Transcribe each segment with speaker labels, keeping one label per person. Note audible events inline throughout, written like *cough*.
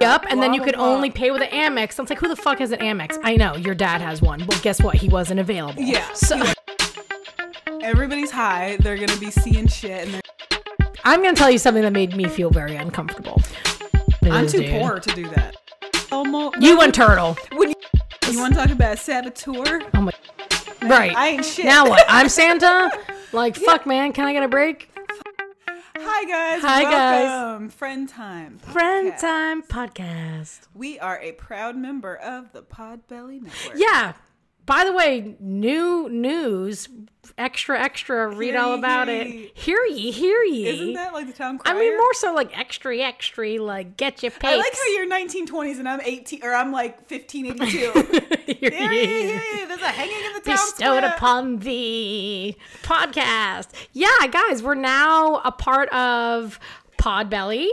Speaker 1: Yep, and then you could only pay with an Amex. So it's like, who the fuck has an Amex? I know your dad has one. Well, guess what? He wasn't available.
Speaker 2: Yeah.
Speaker 1: So
Speaker 2: Everybody's high. They're gonna be seeing shit, and they're,
Speaker 1: I'm gonna tell you something that made me feel very uncomfortable.
Speaker 2: I'm
Speaker 1: Ew,
Speaker 2: too
Speaker 1: dude.
Speaker 2: poor to do that. Almost.
Speaker 1: You and Turtle,
Speaker 2: When you, you want to talk about saboteur?
Speaker 1: right?
Speaker 2: I ain't shit.
Speaker 1: Now what? I'm Santa. Like fuck, man. Can I get a break?
Speaker 2: *laughs* Hi guys.
Speaker 1: Hi, guys.
Speaker 2: Welcome. Friend time.
Speaker 1: Friend
Speaker 2: podcast.
Speaker 1: time podcast.
Speaker 2: We are a proud member of the Podbelly Network.
Speaker 1: Yeah. By the way, new news, extra, extra, read
Speaker 2: Hear
Speaker 1: all
Speaker 2: ye,
Speaker 1: about
Speaker 2: hear
Speaker 1: it.
Speaker 2: ye.
Speaker 1: Hear ye, hear ye.
Speaker 2: Isn't that like the town
Speaker 1: I
Speaker 2: crier?
Speaker 1: mean, more so like extra, extra, like get your papes.
Speaker 2: I like how you're 1920s and I'm 18, or I'm like
Speaker 1: *laughs*
Speaker 2: 1582.
Speaker 1: Hear
Speaker 2: Here
Speaker 1: ye.
Speaker 2: he is. There's a hanging in the town
Speaker 1: bestowed
Speaker 2: square.
Speaker 1: upon thee podcast. Yeah, guys, we're now a part of Podbelly,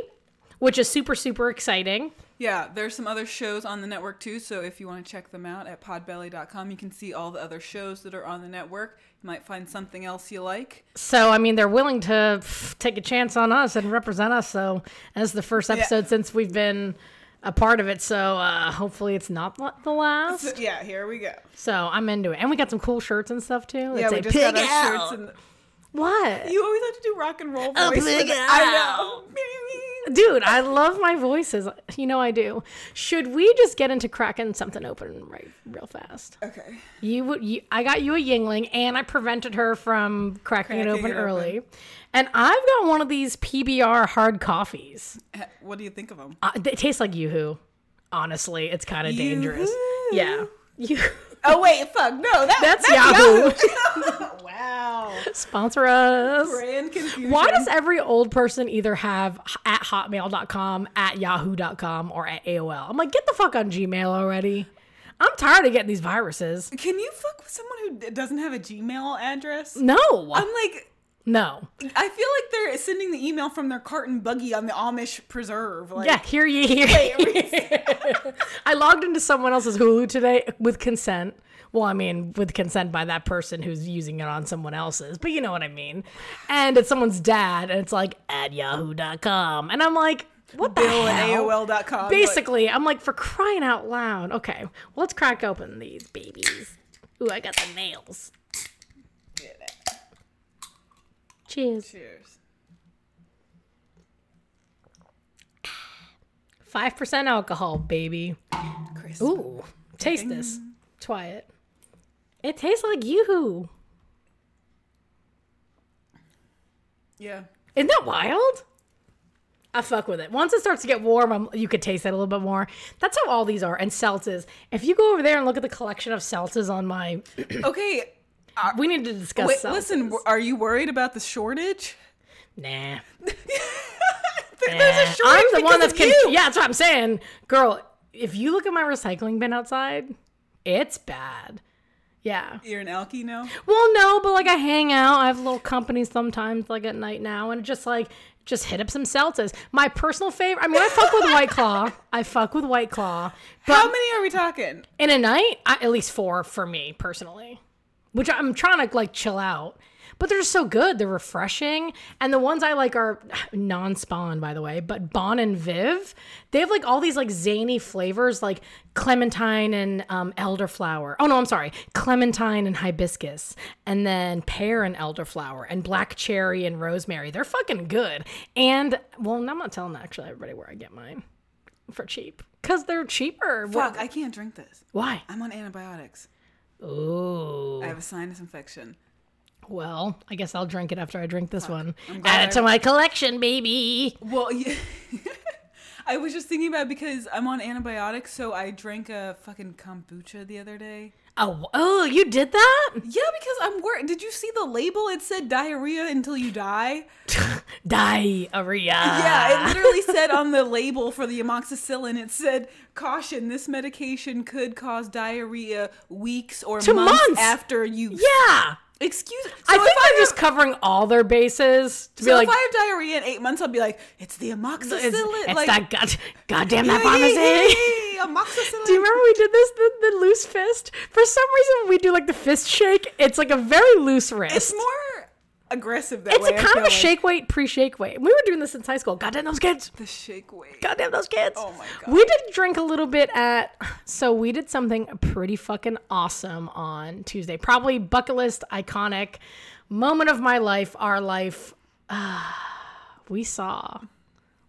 Speaker 1: which is super, super exciting.
Speaker 2: Yeah, there's some other shows on the network too, so if you want to check them out at podbelly.com, you can see all the other shows that are on the network. You might find something else you like.
Speaker 1: So, I mean, they're willing to pff, take a chance on us and represent us. So, that's the first episode since we've been a part of it. So, uh, hopefully, it's not la- the
Speaker 2: So,
Speaker 1: last.
Speaker 2: yeah, here we go.
Speaker 1: So, I'm into it. And we got some cool shirts and stuff, too. that
Speaker 2: Yeah,
Speaker 1: say
Speaker 2: we just got
Speaker 1: "Pig
Speaker 2: our
Speaker 1: out."
Speaker 2: shirts and
Speaker 1: What?
Speaker 2: you always have to do rock and roll voice.
Speaker 1: Oh,
Speaker 2: for
Speaker 1: pig
Speaker 2: the-
Speaker 1: out.
Speaker 2: I *laughs* know.
Speaker 1: Dude, I love my voices. You know I do. Should we just get into cracking something open right real fast?
Speaker 2: Okay.
Speaker 1: You would. You, I got you a Yingling, and I prevented her from cracking, it
Speaker 2: Cracking
Speaker 1: open
Speaker 2: it open.
Speaker 1: early. And I've got one of these PBR hard coffees.
Speaker 2: Eh, What do you think of them?
Speaker 1: Uh, it tastes like YooHoo. Honestly, it's kind of dangerous.
Speaker 2: Yoo-hoo.
Speaker 1: Yeah. You
Speaker 2: Oh wait, fuck. No, that,
Speaker 1: That's Yahoo.
Speaker 2: wow.
Speaker 1: *laughs* Sponsor us.
Speaker 2: Brand confusion.
Speaker 1: Why does every old person either have h- at hotmail.com, at yahoo.com, or at AOL? I'm like, get the fuck on Gmail already. I'm tired of getting these viruses.
Speaker 2: Can you fuck with someone who d- doesn't have a Gmail address?
Speaker 1: No.
Speaker 2: I'm like
Speaker 1: no.
Speaker 2: I feel like they're sending the email from their cart and buggy on the Amish preserve. Like,
Speaker 1: Yeah, hear ye, hear ye. *laughs* I logged into someone else's Hulu today with consent. Well, I mean, with consent by that person who's using it on someone else's, but you know what I mean. And it's someone's dad, and it's like, at yahoo.com. And I'm like, what the
Speaker 2: Bill at
Speaker 1: hell?
Speaker 2: AOL.com.
Speaker 1: Basically, I'm like, for crying out loud. Okay, well, let's crack open these babies. Ooh, I got the nails.
Speaker 2: Like,
Speaker 1: Cheers.
Speaker 2: cheers.
Speaker 1: 5% alcohol, baby.
Speaker 2: Chris.
Speaker 1: Ooh, taste this. Try it. It tastes like yoo-hoo.
Speaker 2: Yeah.
Speaker 1: Isn't that wild? I fuck with it. Once it starts to get warm, I'm, you could taste it a little bit more. That's how all these are. And seltzes. If you go over there and look at the collection of seltzes on my,
Speaker 2: Okay.
Speaker 1: we need to discuss.
Speaker 2: Wait,
Speaker 1: seltzes.
Speaker 2: listen, w- are you worried about the shortage?
Speaker 1: Nah.
Speaker 2: *laughs* There's
Speaker 1: Nah.
Speaker 2: a shortage
Speaker 1: I'm the one that's
Speaker 2: because of
Speaker 1: conf-
Speaker 2: you.
Speaker 1: yeah. That's what I'm saying, girl. If you look at my recycling bin outside, it's bad. Yeah.
Speaker 2: You're an alky now?
Speaker 1: Well, no, but like I hang out. I have little company sometimes, like at night now, and just like just hit up some seltzes. My personal favorite. I mean, I fuck with White Claw. I fuck with White Claw. But
Speaker 2: How many are we talking?
Speaker 1: in a night, I, at least four for me personally, which I'm trying to like chill out. But they're just so good. They're refreshing, and the ones I like are *sighs* non-spawn, by the way. But Bon and Viv, they have like all these like zany flavors, like clementine and um, elderflower. Oh no, I'm sorry, clementine and hibiscus, and then pear and elderflower, and black cherry and rosemary. They're fucking good. And well, I'm not telling actually everybody where I get mine for cheap because they're cheaper.
Speaker 2: Fuck, I can't drink this.
Speaker 1: Why?
Speaker 2: I'm on antibiotics.
Speaker 1: Ooh.
Speaker 2: I have a sinus infection.
Speaker 1: Well, I guess I'll drink it after I drink this one.
Speaker 2: glad
Speaker 1: Add it
Speaker 2: I-
Speaker 1: to my collection, baby.
Speaker 2: Well, *laughs* yeah. I was just thinking about it because I'm on antibiotics, so I drank a fucking kombucha the other day.
Speaker 1: Oh, oh, you did that?
Speaker 2: Yeah, because I'm worried. Did you see the label? It said diarrhea until you die.
Speaker 1: Diarrhea. Ah.
Speaker 2: Yeah, it literally said
Speaker 1: *laughs*
Speaker 2: on the label for the amoxicillin, it said, caution, this medication could cause diarrhea weeks or
Speaker 1: To
Speaker 2: months,
Speaker 1: months.
Speaker 2: after you.
Speaker 1: Yeah.
Speaker 2: Excuse so
Speaker 1: I think
Speaker 2: if
Speaker 1: they're
Speaker 2: I have,
Speaker 1: just covering all their bases to
Speaker 2: So
Speaker 1: be like,
Speaker 2: if I have diarrhea in eight months, I'll be like, it's the amoxicillin.
Speaker 1: it's, it's
Speaker 2: like,
Speaker 1: that god, goddamn that
Speaker 2: "Yay,
Speaker 1: pharmacy. *laughs*
Speaker 2: amoxicillin.
Speaker 1: Do you remember we did this, the, the loose fist? For some reason, when we do like the fist shake, it's like a very loose wrist.
Speaker 2: It's more aggressive that
Speaker 1: It's
Speaker 2: way.
Speaker 1: a
Speaker 2: I
Speaker 1: kind
Speaker 2: feel
Speaker 1: of a
Speaker 2: like.
Speaker 1: shake weight, pre shake weight. We were doing this since high school. Goddamn those kids.
Speaker 2: The shake weight.
Speaker 1: Goddamn those kids.
Speaker 2: Oh my God.
Speaker 1: We did drink a little bit at, so we did something pretty fucking awesome on Tuesday. Probably bucket list, iconic moment of my life, our life. *sighs* Ah, we saw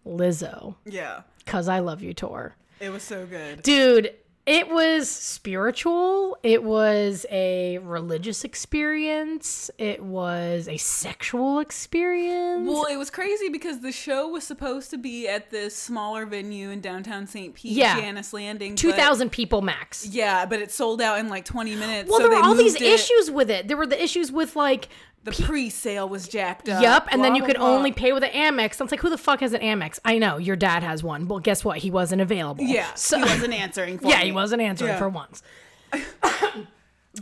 Speaker 1: Lizzo,
Speaker 2: Yeah,
Speaker 1: Cause I Love You tour.
Speaker 2: it was so good.
Speaker 1: Dude, it was spiritual. It was a religious experience. It was a sexual experience.
Speaker 2: Well, it was crazy because the show was supposed to be at this smaller venue in downtown St. Pete,
Speaker 1: Yeah.
Speaker 2: Janice Landing. but-
Speaker 1: 2,000 people max.
Speaker 2: Yeah, but it sold out in like 20 minutes.
Speaker 1: Well,
Speaker 2: so
Speaker 1: there
Speaker 2: they
Speaker 1: were all
Speaker 2: moved
Speaker 1: these
Speaker 2: it.
Speaker 1: issues with it. There were the issues with like,
Speaker 2: The pre-sale was jacked up.
Speaker 1: yep, and then
Speaker 2: Uh, blah,
Speaker 1: you
Speaker 2: blah,
Speaker 1: could
Speaker 2: blah.
Speaker 1: only pay with an Amex. I was like, who the fuck has an Amex? I know your dad has one. Well, guess what? He wasn't available. *laughs*
Speaker 2: Yeah,
Speaker 1: So,
Speaker 2: he wasn't answering.
Speaker 1: *laughs*
Speaker 2: For
Speaker 1: yeah,
Speaker 2: me.
Speaker 1: he wasn't answering
Speaker 2: Yeah.
Speaker 1: for once.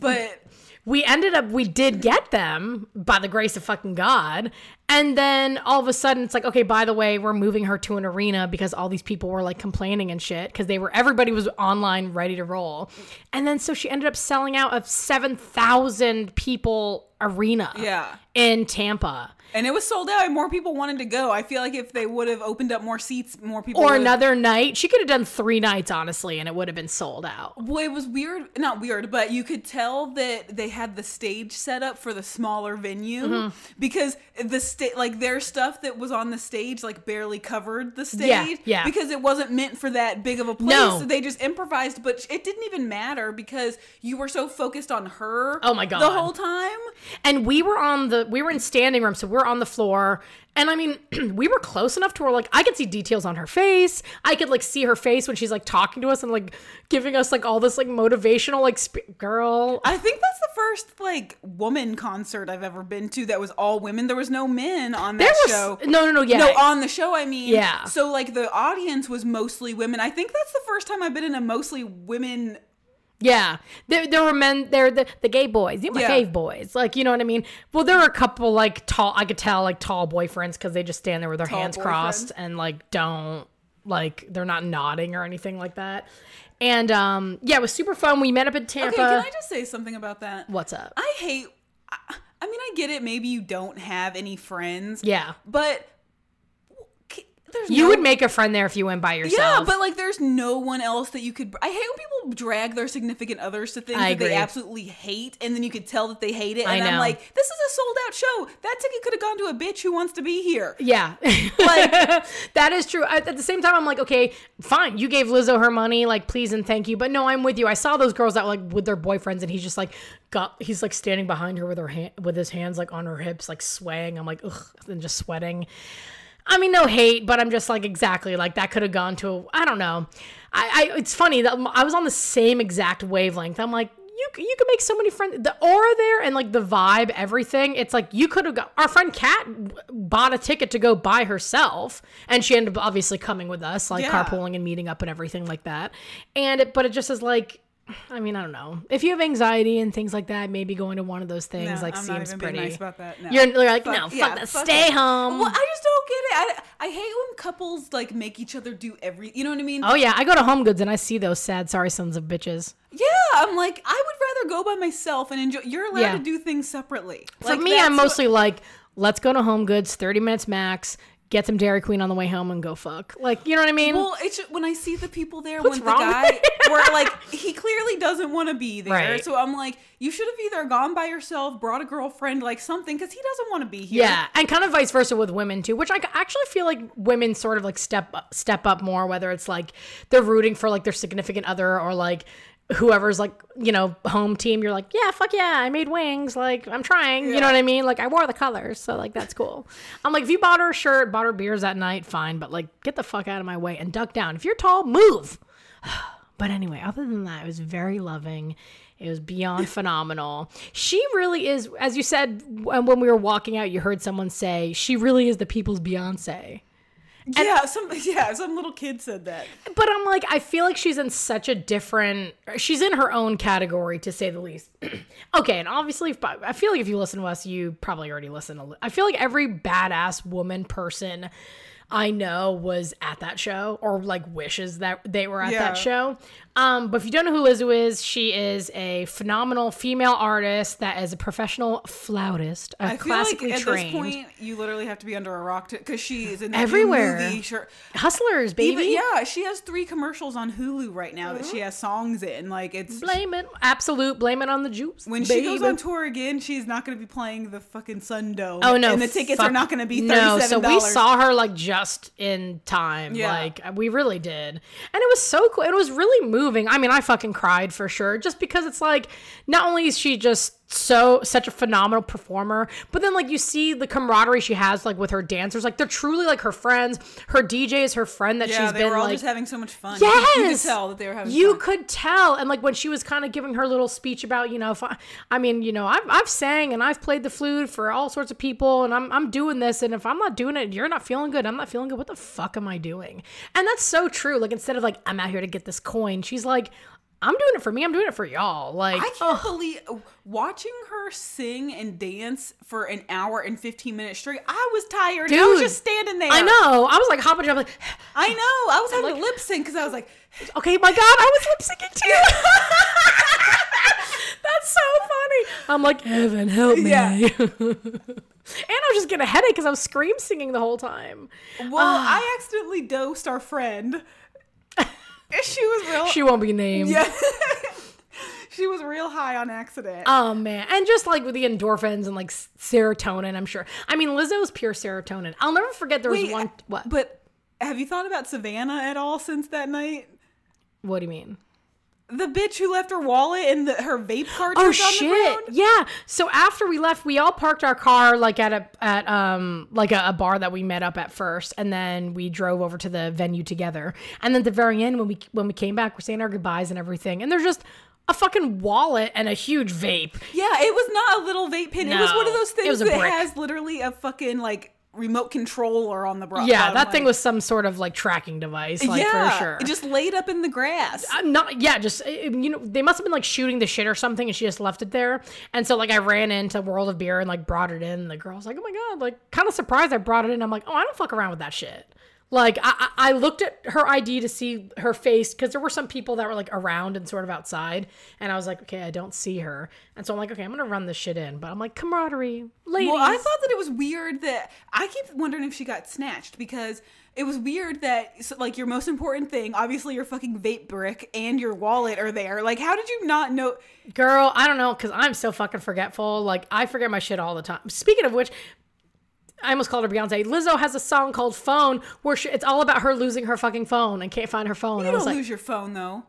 Speaker 2: But
Speaker 1: we ended up we did get them by the grace of fucking god and then all of a sudden it's like okay by the way we're moving her to an arena because all these people were like complaining and shit because they were everybody was online ready to roll and then so she ended up selling out a 7000 people arena
Speaker 2: Yeah.
Speaker 1: in tampa
Speaker 2: and it was sold out, and more people wanted to go. I feel like if they would have opened up more seats, more people.
Speaker 1: or
Speaker 2: would've-
Speaker 1: another night she could have done three nights honestly and it would have been sold out
Speaker 2: Well, it was weird. Not weird, but you could tell that they had the stage set up for the smaller venue
Speaker 1: Mm-hmm.
Speaker 2: because the state, like their stuff that was on the stage, like barely covered the stage.
Speaker 1: Yeah, yeah.
Speaker 2: Because it wasn't meant for that big of a place.
Speaker 1: No.
Speaker 2: So they just improvised, but it didn't even matter because you were so focused on her.
Speaker 1: Oh my
Speaker 2: The
Speaker 1: God.
Speaker 2: whole time.
Speaker 1: and we were on the we were in standing room so we're on the floor and i mean *clears throat* we were close enough to where like i could see details on her face i could like see her face when she's like talking to us and like giving us like all this like motivational like sp- girl
Speaker 2: I think that's the first like woman concert I've ever been to that was all women. There was no men on that
Speaker 1: there was
Speaker 2: show.
Speaker 1: no no no yeah
Speaker 2: No, on the show, I mean.
Speaker 1: Yeah.
Speaker 2: So, like, the audience was mostly women. I think that's the first time I've been in a mostly women.
Speaker 1: yeah there, there were men there the, the gay boys the
Speaker 2: Yeah.
Speaker 1: gay boys like you know what i mean well there were a couple like tall i could tell like tall boyfriends because they just stand there with their hands crossed
Speaker 2: boyfriends.
Speaker 1: and like don't like they're not nodding or anything like that and um yeah it was super fun we met up in tampa
Speaker 2: Okay, can I just say something about that?
Speaker 1: What's up?
Speaker 2: I hate. I, I mean, I get it. Maybe you don't have any friends.
Speaker 1: Yeah.
Speaker 2: But c- there's
Speaker 1: You
Speaker 2: no-
Speaker 1: would make a friend there if you went by yourself.
Speaker 2: Yeah, but like there's no one else that you could. I hate when people drag their significant others to things
Speaker 1: I
Speaker 2: that they
Speaker 1: agree.
Speaker 2: absolutely hate, and then you could tell that they hate it.
Speaker 1: I
Speaker 2: And I'm
Speaker 1: know.
Speaker 2: like, this is a sold out show. That ticket could have gone to a bitch who wants to be here.
Speaker 1: yeah, like *laughs* that is true. At, at the same time, I'm like, okay, fine. You gave Lizzo her money, like please and thank you. But no, I'm with you. I saw those girls that were, like with their boyfriends, and he's just like, got he's like standing behind her with her hand, with his hands like on her hips, like swaying. I'm like, ugh, and just sweating. I mean, no hate, but I'm just like exactly like that could have gone to. A, I don't know. I, I it's funny that I was on the same exact wavelength. I'm like. You, c- you could make so many friends. The aura there and like the vibe, everything. It's like you could have got our friend Kat w- bought a ticket to go by herself, and she ended up obviously coming with us, like
Speaker 2: Yeah.
Speaker 1: carpooling and meeting up and everything like that. And it, but it just is like, I mean, I don't know. If you have anxiety and things like that, maybe going to one of those things
Speaker 2: No,
Speaker 1: like
Speaker 2: I'm not
Speaker 1: seems
Speaker 2: even being
Speaker 1: pretty.
Speaker 2: nice about that. No.
Speaker 1: You're, you're like, no, fuck
Speaker 2: yeah,
Speaker 1: that.
Speaker 2: fuck
Speaker 1: Stay
Speaker 2: it.
Speaker 1: home.
Speaker 2: Well, I just don't get it. I, I hate when couples like make each other do every. You know what I mean?
Speaker 1: Oh yeah, I go to Home Goods and I see those sad, sorry sons of bitches.
Speaker 2: Yeah, I'm like I would rather go by myself and enjoy. You're allowed
Speaker 1: Yeah.
Speaker 2: to do things separately.
Speaker 1: For me, I'm mostly like, let's go to Home Goods, 30 minutes max, get some Dairy Queen on the way home, and go fuck. Like, you know what I mean?
Speaker 2: Well, it's just, when I see the people there
Speaker 1: What's
Speaker 2: when the
Speaker 1: wrong
Speaker 2: guy
Speaker 1: with it?
Speaker 2: where like he clearly doesn't want to be there.
Speaker 1: Right.
Speaker 2: So I'm like, you should have either gone by yourself, brought a girlfriend, like something, because he doesn't want to be here.
Speaker 1: yeah, and kind of vice versa with women too, which I actually feel like women sort of like step up, step up more, whether it's like they're rooting for like their significant other or like whoever's like you know home team. You're like, yeah, fuck yeah, I made wings. Like I'm trying. You
Speaker 2: Yeah.
Speaker 1: know what I mean? Like I wore the colors, so like that's cool. I'm like, if you bought her a shirt, bought her beers that night, fine, but like get the fuck out of my way and duck down. If you're tall, move. But anyway, other than that, it was very loving. It was beyond phenomenal. She really is, as you said w- when we were walking out, you heard someone say, she really is the people's Beyonce.
Speaker 2: yeah. Some yeah, some little kid said that.
Speaker 1: But I'm like, I feel like she's in such a different, she's in her own category to say the least. *clears throat* okay, and obviously, if- I feel like if you listen to us, you probably already listen. To, I feel like every badass woman person I know was at that show or like wishes that they were at
Speaker 2: Yeah.
Speaker 1: that show. Um, but if you don't know who Lizzo is, she is a phenomenal female artist that is a professional flautist, a
Speaker 2: I feel like
Speaker 1: classically
Speaker 2: at
Speaker 1: trained.
Speaker 2: this point you literally have to be under a rock because she is in the
Speaker 1: Everywhere.
Speaker 2: New movie. Sure.
Speaker 1: Hustlers, baby.
Speaker 2: Even, yeah, she has three commercials on Hulu right now that she has songs in. Like it's
Speaker 1: Blame it. Absolute blame it on the juice.
Speaker 2: when she
Speaker 1: baby.
Speaker 2: goes on tour again, she's not going to be playing the fucking Sun Dome.
Speaker 1: Oh no!
Speaker 2: and the tickets are
Speaker 1: fuck-
Speaker 2: not going to be
Speaker 1: No,
Speaker 2: thirty-seven
Speaker 1: so
Speaker 2: dollars.
Speaker 1: we saw her like just in time.
Speaker 2: Yeah.
Speaker 1: Like we really did, and it was so cool. It was really moving. I mean, I fucking cried for sure, just because it's like not only is she just so such a phenomenal performer, but then like you see the camaraderie she has like with her dancers. Like they're truly like her friends. Her DJ is her friend that
Speaker 2: Yeah,
Speaker 1: she's
Speaker 2: they
Speaker 1: been
Speaker 2: were all
Speaker 1: like
Speaker 2: just having so much fun. You-
Speaker 1: Yes,
Speaker 2: you could tell that they were having.
Speaker 1: You
Speaker 2: fun.
Speaker 1: could tell, and like when she was kind of giving her little speech about, you know, if I, I mean, you know, I've I've sang and I've played the flute for all sorts of people, and I'm I'm doing this, and if I'm not doing it, you're not feeling good. I'm not feeling good. What the fuck am I doing? And that's so true. Like instead of like I'm out here to get this coin, she's like, I'm doing it for me. I'm doing it for y'all. Like
Speaker 2: I can't believe watching her sing and dance for an hour and fifteen minutes straight. I was tired. I was
Speaker 1: Dude,
Speaker 2: just standing there.
Speaker 1: I know. I was like hopping, I'm like,
Speaker 2: I know. I was having to lip sync because I was like,
Speaker 1: okay, my god, I was lip syncing too. *laughs* That's so funny. I'm like, Evan, help me.
Speaker 2: Yeah.
Speaker 1: *laughs* and I was just getting a headache because I was scream singing the whole time.
Speaker 2: "Well, I accidentally dosed our friend." *laughs* she was real.
Speaker 1: She won't be named.
Speaker 2: yeah.
Speaker 1: *laughs*
Speaker 2: she was real high on accident.
Speaker 1: Oh man, and just like with the endorphins and like s- serotonin, I'm sure. I mean, Lizzo's pure serotonin. I'll never forget there was
Speaker 2: Wait,
Speaker 1: one. What?
Speaker 2: But have you thought about Savannah at all since that night?
Speaker 1: What do you mean?
Speaker 2: The bitch who left her wallet and the, her vape cartridge
Speaker 1: Oh
Speaker 2: on
Speaker 1: shit!
Speaker 2: the ground.
Speaker 1: Yeah. So after we left, we all parked our car like at a at um like a, a bar that we met up at first, and then we drove over to the venue together. And then at the very end, when we when we came back, we're saying our goodbyes and everything, and there's just a fucking wallet and a huge vape.
Speaker 2: Yeah, it was not a little vape pen. It was one of
Speaker 1: No,
Speaker 2: those
Speaker 1: it
Speaker 2: things
Speaker 1: was a
Speaker 2: that
Speaker 1: brick.
Speaker 2: has literally a fucking like remote controller on the bra.
Speaker 1: Yeah,
Speaker 2: bottom,
Speaker 1: that thing
Speaker 2: like-
Speaker 1: was some sort of like tracking device, like
Speaker 2: yeah,
Speaker 1: for Um, sure.
Speaker 2: It just laid up in the grass.
Speaker 1: I'm not yeah just uh, you know they must have been like shooting the shit or something and she just left it there and so like i ran into world of beer and like brought it in and the girl's like oh my god like kind of surprised i brought it in i'm like oh i don't fuck around with that shit like i i I looked at her id to see her face because there were some people that were like around and sort of outside and i was like okay i don't see her and so i'm like okay i'm gonna run this shit in but i'm like camaraderie ladies
Speaker 2: Well, I thought that it was weird that I keep wondering if she got snatched because it was weird that so, like your most important thing, obviously your fucking vape brick and your wallet are there. Like, how did you not know?
Speaker 1: Girl, I don't know because I'm so fucking forgetful. Like I forget my shit all the time. Speaking of which, I almost called her Beyonce. Lizzo has a song called "Phone," where she, it's all about her losing her fucking phone and can't find her phone. I
Speaker 2: You
Speaker 1: was
Speaker 2: don't
Speaker 1: like,
Speaker 2: lose your
Speaker 1: *laughs*
Speaker 2: phone though.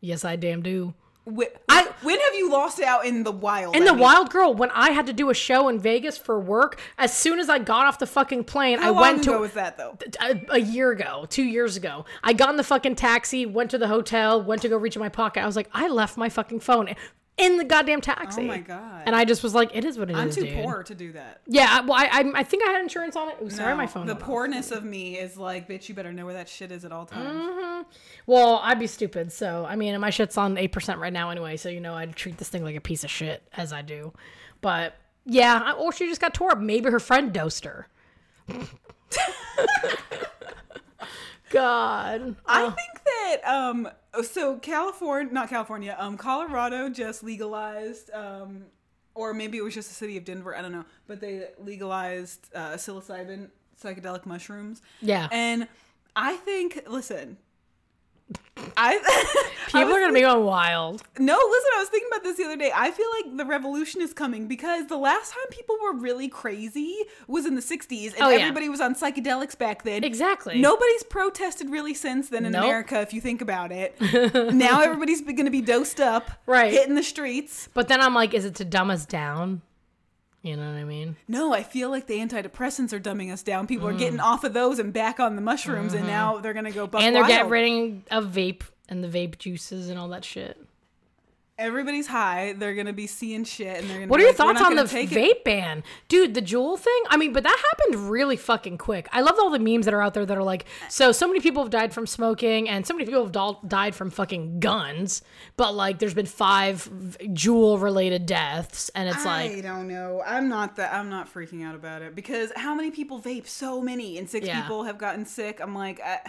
Speaker 1: yes, I damn do.
Speaker 2: When,
Speaker 1: I-
Speaker 2: when have you lost it out in the wild?
Speaker 1: In
Speaker 2: I
Speaker 1: the
Speaker 2: mean?
Speaker 1: wild girl, when I had to do a show in Vegas for work, as soon as I got off the fucking plane,
Speaker 2: How
Speaker 1: I
Speaker 2: long
Speaker 1: went
Speaker 2: ago
Speaker 1: to
Speaker 2: was that though?
Speaker 1: a, a year ago, two years ago. I got in the fucking taxi, went to the hotel, went to go reach in my pocket. I was like, I left my fucking phone in the goddamn taxi.
Speaker 2: Oh my God.
Speaker 1: And I just was like, it is what it is.
Speaker 2: I'm too
Speaker 1: dude.
Speaker 2: poor to do that.
Speaker 1: Yeah, I- well, I, I, I think I had insurance on it. Ooh, sorry,
Speaker 2: No,
Speaker 1: my phone.
Speaker 2: The
Speaker 1: went off.
Speaker 2: poorness of me is like, bitch, you better know where that shit is at all times.
Speaker 1: Well, I'd be stupid. So, I mean, my shit's on 8% right now anyway. So, you know, I'd treat this thing like a piece of shit as I do. But yeah, I- or she just got tore up. Maybe her friend dosed her. *laughs* God.
Speaker 2: I think that um so California not California, um Colorado just legalized um or maybe it was just the city of Denver, I don't know, but they legalized uh, psilocybin psychedelic mushrooms.
Speaker 1: Yeah.
Speaker 2: And I think listen, I *laughs*
Speaker 1: People are going to be going wild.
Speaker 2: No, listen, I was thinking about this the other day. I feel like the revolution is coming because the last time people were really crazy was in the 60s and
Speaker 1: Oh, yeah.
Speaker 2: everybody was on psychedelics back then.
Speaker 1: Exactly.
Speaker 2: Nobody's protested really since then in
Speaker 1: Nope.
Speaker 2: America, if you think about
Speaker 1: *laughs*
Speaker 2: it. now everybody's going to be dosed up,
Speaker 1: Right.
Speaker 2: hitting the streets.
Speaker 1: But then I'm like, is it to dumb us down? You know what I mean?
Speaker 2: No, I feel like the antidepressants are dumbing us down.
Speaker 1: Mm.
Speaker 2: People are getting off of those and back on the mushrooms,
Speaker 1: Mm-hmm.
Speaker 2: and now they're going to go buck
Speaker 1: And they're
Speaker 2: wild.
Speaker 1: getting rid of vape and the vape juices and all that shit.
Speaker 2: everybody's high. They're gonna be seeing shit, and they're gonna.
Speaker 1: What
Speaker 2: be
Speaker 1: are your
Speaker 2: like, "We're
Speaker 1: thoughts
Speaker 2: not
Speaker 1: on the
Speaker 2: gonna take it."
Speaker 1: vape ban? Dude, the jewel thing? I mean, but that happened really fucking quick. I love all the memes that are out there that are like, so so many people have died from smoking and so many people have dol- died from fucking guns, but like there's been five jewel related deaths and it's like
Speaker 2: I don't know. I'm not that. I'm not freaking out about it because how many people vape? So many, and six
Speaker 1: Yeah.
Speaker 2: people have gotten sick. I'm like, I,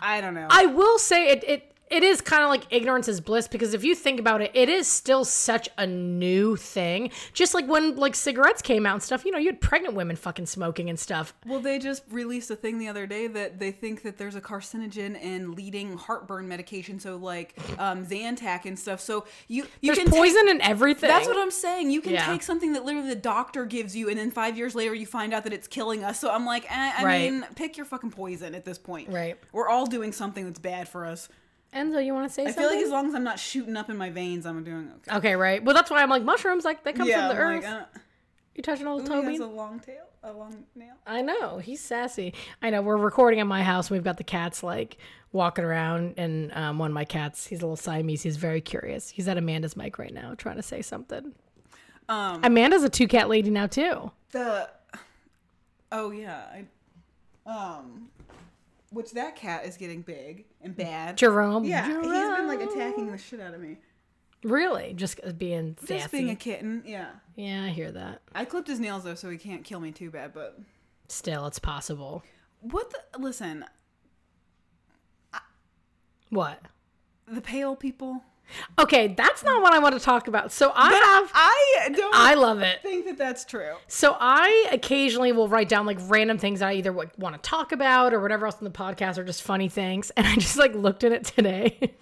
Speaker 2: I don't know.
Speaker 1: I will say it it it is kind of like ignorance is bliss because if you think about it, it is still such a new thing. Just like when like cigarettes came out and stuff, you know, you had pregnant women fucking smoking and stuff.
Speaker 2: well, they just released a thing the other day that they think that there's a carcinogen in leading heartburn medication, so like um, Zantac and stuff. So you you
Speaker 1: There's
Speaker 2: can take-
Speaker 1: poison in everything.
Speaker 2: That's what I'm saying. You can
Speaker 1: Yeah.
Speaker 2: take something that literally the doctor gives you, and then five years later you find out that it's killing us. So I'm like, eh, I
Speaker 1: Right.
Speaker 2: mean, pick your fucking poison at this point.
Speaker 1: Right.
Speaker 2: We're all doing something that's bad for us.
Speaker 1: Enzo, you want to say
Speaker 2: I
Speaker 1: something?
Speaker 2: feel like as long as I'm not shooting up in my veins, I'm doing okay.
Speaker 1: Okay, right. Well, that's why I'm like mushrooms. Like they come
Speaker 2: yeah,
Speaker 1: from the
Speaker 2: I'm
Speaker 1: earth.
Speaker 2: like, uh,
Speaker 1: you touching old
Speaker 2: he
Speaker 1: Toby?
Speaker 2: has a long tail, a long nail.
Speaker 1: I know he's sassy. I know we're recording at my house. and We've got the cats like walking around, and um, one of my cats, he's a little Siamese. He's very curious. He's at Amanda's mic right now, trying to say something.
Speaker 2: Um,
Speaker 1: Amanda's a two cat lady now too.
Speaker 2: The oh yeah, I, um, which that cat is getting big and bad.
Speaker 1: Jerome,
Speaker 2: Yeah,
Speaker 1: Jerome.
Speaker 2: he's been like attacking the shit out of me.
Speaker 1: really just uh, being sassy.
Speaker 2: Just being a kitten, yeah.
Speaker 1: yeah, I hear that.
Speaker 2: I clipped his nails though, so he can't kill me too bad. But
Speaker 1: Still, it's possible.
Speaker 2: what? The, listen,
Speaker 1: What?
Speaker 2: the pale people.
Speaker 1: Okay, that's not what I want to talk about. So I have.
Speaker 2: I don't
Speaker 1: I love it.
Speaker 2: think that
Speaker 1: *laughs*
Speaker 2: that's true.
Speaker 1: So I occasionally will write down like random things I either like, want to talk about or whatever else in the podcast or just funny things. And I just like looked at it today. *laughs*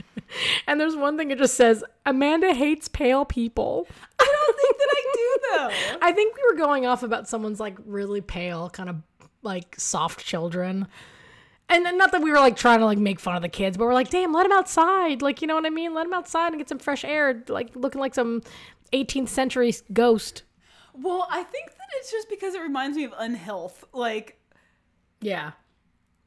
Speaker 1: and there's one thing it just says Amanda hates pale people. I don't think that
Speaker 2: I do though.
Speaker 1: I think we were going off about someone's like really pale, kind of like soft children. And then not that we were like trying to like make fun of the kids, but we're like, damn, let them outside. Like, you know what I mean? Let them outside and get some fresh air, like looking like some 18th century ghost.
Speaker 2: Well, I think that it's just because it reminds me of unhealth. Like,
Speaker 1: Yeah.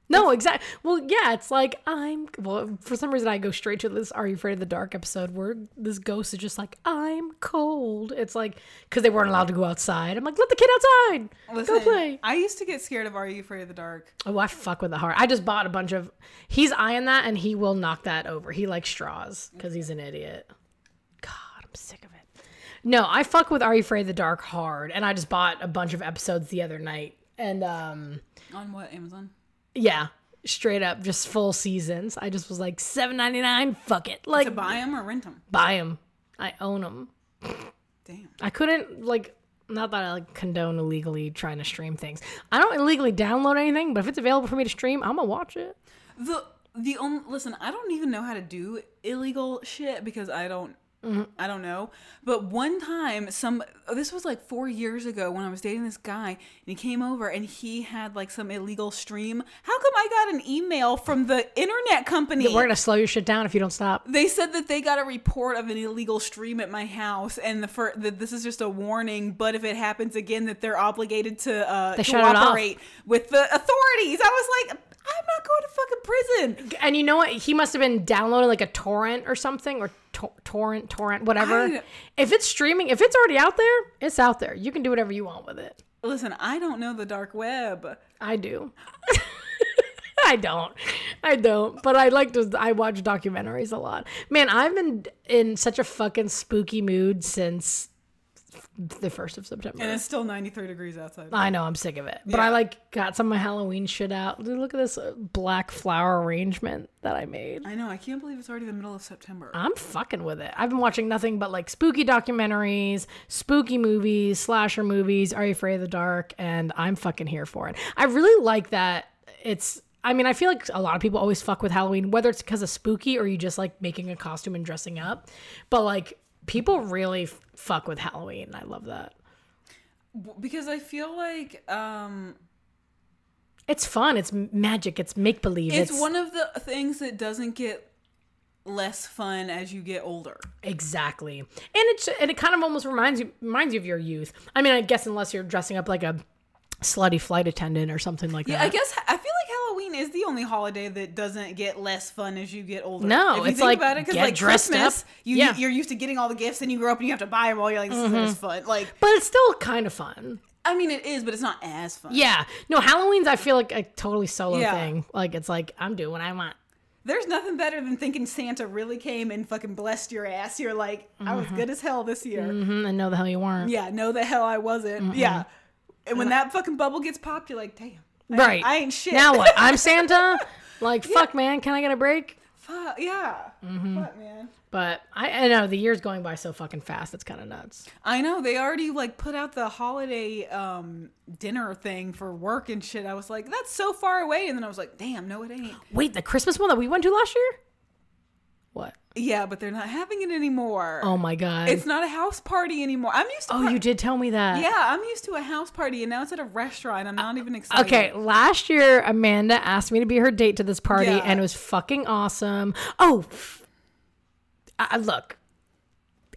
Speaker 1: No, exactly. Well, yeah, it's like I'm. Well, for some reason, I go straight to this "Are You Afraid of the Dark" episode where this ghost is just like, "I'm cold." It's like because they weren't allowed to go outside. I'm like, let the kid outside.
Speaker 2: listen,
Speaker 1: go play.
Speaker 2: I used to get scared of Are You Afraid of the Dark?
Speaker 1: Oh, I fuck with the heart. I just bought a bunch of. He's eyeing that, and he will knock that over. He likes straws because he's an idiot. God, I'm sick of it. No, I fuck with "Are You Afraid of the Dark" hard, and I just bought a bunch of episodes the other night, and um.
Speaker 2: On what Amazon?
Speaker 1: Yeah, straight up, just full seasons. I just was like seven ninety nine. Fuck it, like
Speaker 2: To buy them or rent them?
Speaker 1: buy them. I own them.
Speaker 2: Damn.
Speaker 1: I couldn't like. Not that I like condone illegally trying to stream things. I don't illegally download anything, but if it's available for me to stream, I'm gonna watch it.
Speaker 2: The the only listen, I don't even know how to do illegal shit because I don't
Speaker 1: Mm-hmm.
Speaker 2: I don't know. But one time some oh, this was like 4 years ago when I was dating this guy and he came over and he had like some illegal stream. How come I got an email from the internet company?
Speaker 1: We're gonna slow your shit down if you don't stop.
Speaker 2: they said that they got a report of an illegal stream at my house, and the fir- that this is just a warning. But if it happens again, that they're obligated to uh,
Speaker 1: They shut it off.
Speaker 2: cooperate with the authorities. I was like, I'm not going to fucking prison.
Speaker 1: And you know what? He must have been downloading like a torrent or something, or tor- torrent, torrent, whatever.
Speaker 2: I-
Speaker 1: if it's streaming, if it's already out there, it's out there. You can do whatever you want with it.
Speaker 2: Listen, I don't know the dark web.
Speaker 1: I do. *laughs* I don't. I don't. But I like to. I watch documentaries a lot. Man, I've been in such a fucking spooky mood since the first of September.
Speaker 2: And it's still 93 degrees outside.
Speaker 1: I know I'm sick of it, but I
Speaker 2: Yeah.
Speaker 1: like got some of my Halloween shit out. Dude, Look at this uh, black flower arrangement that I made.
Speaker 2: I know. I can't believe it's already the middle of September.
Speaker 1: I'm fucking with it. I've been watching nothing but like spooky documentaries, spooky movies, slasher movies, Are You Afraid of the Dark? And I'm fucking here for it. I really like that it's. I mean, I feel like a lot of people always fuck with Halloween, whether it's because of spooky or you just like making a costume and dressing up. But like, people really f- fuck with Halloween. I love that.
Speaker 2: W- Because I feel like um,
Speaker 1: It's fun. It's m- magic. It's make believe.
Speaker 2: it's,
Speaker 1: It's,
Speaker 2: one of the things that doesn't get less fun as you get older.
Speaker 1: exactly, and it's and it kind of almost reminds you reminds you of your youth. I mean, I guess unless you're dressing up like a slutty flight attendant or something like that.
Speaker 2: I guess I feel like Halloween is the only holiday that doesn't get less fun as you get older.
Speaker 1: No,
Speaker 2: if you
Speaker 1: it's
Speaker 2: think
Speaker 1: like,
Speaker 2: about it, because
Speaker 1: get
Speaker 2: like
Speaker 1: dressed
Speaker 2: Christmas,
Speaker 1: up.
Speaker 2: you
Speaker 1: Yeah. Mm-hmm.
Speaker 2: you're used to getting all the gifts, and you grow up and you have to buy them all. You're like, this isn't as fun. Like,
Speaker 1: But it's still kind of fun.
Speaker 2: I mean, it is, but it's not as fun.
Speaker 1: Yeah. No, Halloween's I feel like a totally solo
Speaker 2: Yeah.
Speaker 1: thing. Like it's like I'm doing what I want.
Speaker 2: There's nothing better than thinking Santa really came and fucking blessed your ass. You're like, I was
Speaker 1: Mm-hmm.
Speaker 2: good as hell this year.
Speaker 1: hmm and know the hell you weren't.
Speaker 2: Yeah, no, the hell I wasn't. Yeah. And when that fucking bubble gets popped, you're like, damn. I-
Speaker 1: Right.
Speaker 2: I ain't shit.
Speaker 1: Now what? I'm
Speaker 2: *laughs*
Speaker 1: Santa? Like, fuck man, can I get a break?
Speaker 2: Fuck, yeah.
Speaker 1: Mm-hmm.
Speaker 2: Fuck, man.
Speaker 1: But I, I know the year's going by so fucking fast, it's kinda nuts.
Speaker 2: I know. They already like put out the holiday um, dinner thing for work and shit. I was like, that's so far away. And then I was like, damn, no, it ain't.
Speaker 1: Wait, the Christmas one that we went to last year? What?
Speaker 2: Yeah, but they're not having it anymore.
Speaker 1: Oh my god.
Speaker 2: It's not a house party anymore. I'm used to.
Speaker 1: oh,
Speaker 2: par-
Speaker 1: you did tell me that.
Speaker 2: Yeah, I'm used to a house party, and now it's at a restaurant. I'm not even excited.
Speaker 1: Okay, last year Amanda asked me to be her date to this party,
Speaker 2: Yeah.
Speaker 1: and it was fucking awesome. Oh, f- I, I- look,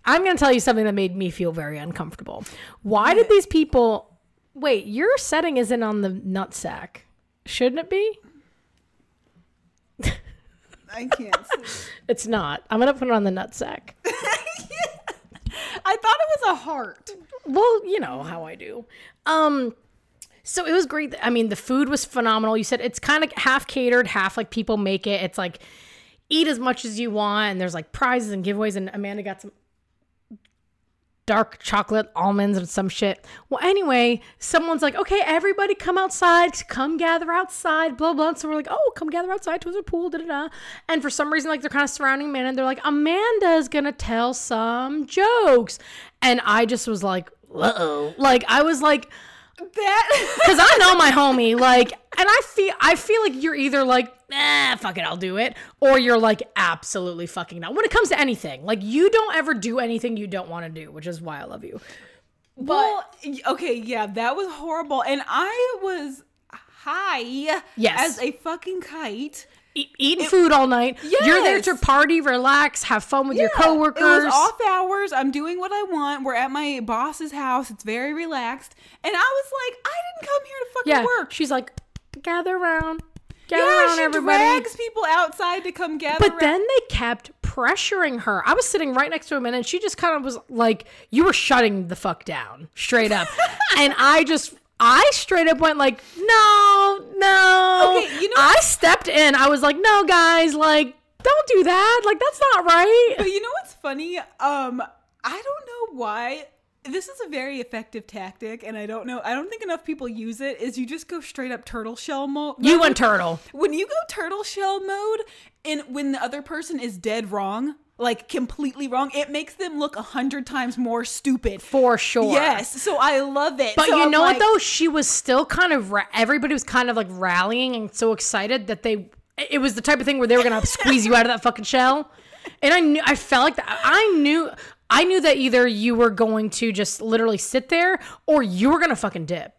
Speaker 1: I'm gonna tell you something that made me feel very uncomfortable. Why did these people? Wait, your setting isn't on the nutsack, shouldn't it be?
Speaker 2: I can't. see.
Speaker 1: It's not. I'm gonna put it on the nutsack.
Speaker 2: *laughs* I thought it was a heart.
Speaker 1: well, you know how I do. Um, so it was great. I mean, the food was phenomenal. You said it's kind of half catered, half like people make it. It's like eat as much as you want, and there's like prizes and giveaways. And Amanda got some dark chocolate almonds and some shit. Well, anyway, someone's like, okay, everybody come outside, come gather outside, blah, blah. So we're like, oh, come gather outside towards the pool, da, da, da. And for some reason, like, they're kind of surrounding Amanda and they're like, Amanda's gonna tell some jokes. And I just was like, uh oh. Like, I was like,
Speaker 2: That *laughs*
Speaker 1: because I know my homie, like, and I feel I feel like you're either like, eh, fuck it, I'll do it, or you're like, absolutely fucking not. When it comes to anything, like, you don't ever do anything you don't want to do, which is why I love you.
Speaker 2: well, y- okay, yeah, that was horrible, and I was high
Speaker 1: Yes.
Speaker 2: as a fucking kite.
Speaker 1: E- eating food all night. You're there
Speaker 2: Yes.
Speaker 1: to party, relax, have fun with your
Speaker 2: Yeah,
Speaker 1: coworkers.
Speaker 2: It was off hours. I'm doing what I want. We're at my boss's house. It's very relaxed, and I was like, I didn't come here to fucking
Speaker 1: yeah,
Speaker 2: work.
Speaker 1: she's like, gather around, gather
Speaker 2: Yeah,
Speaker 1: around,
Speaker 2: she
Speaker 1: everybody.
Speaker 2: drags people outside to come gather.
Speaker 1: But
Speaker 2: around.
Speaker 1: then they kept pressuring her. I was sitting right next to him, and she just kind of was like, "You were shutting the fuck down, straight
Speaker 2: *laughs*
Speaker 1: up." and I just, I straight up went like, "No, no."
Speaker 2: Okay, you know-
Speaker 1: I stepped in. I was like, "No, guys, like, don't do that. Like, that's not right."
Speaker 2: But you know what's funny? Um, I don't know why. This is a very effective tactic, and I don't know. I don't think enough people use it. Is you just go straight up turtle shell mode.
Speaker 1: you and Turtle.
Speaker 2: when you go turtle shell mode, and when the other person is dead wrong, like completely wrong, it makes them look a hundred times more stupid.
Speaker 1: For sure.
Speaker 2: Yes, so I love it.
Speaker 1: But
Speaker 2: So
Speaker 1: you
Speaker 2: I'm
Speaker 1: know
Speaker 2: like-
Speaker 1: what though? She was still kind of ra- everybody was kind of like rallying and so excited that they it was the type of thing where they were gonna squeeze you out of that fucking shell. And I knew I felt like that. I knew I knew that either you were going to just literally sit there or you were gonna fucking dip.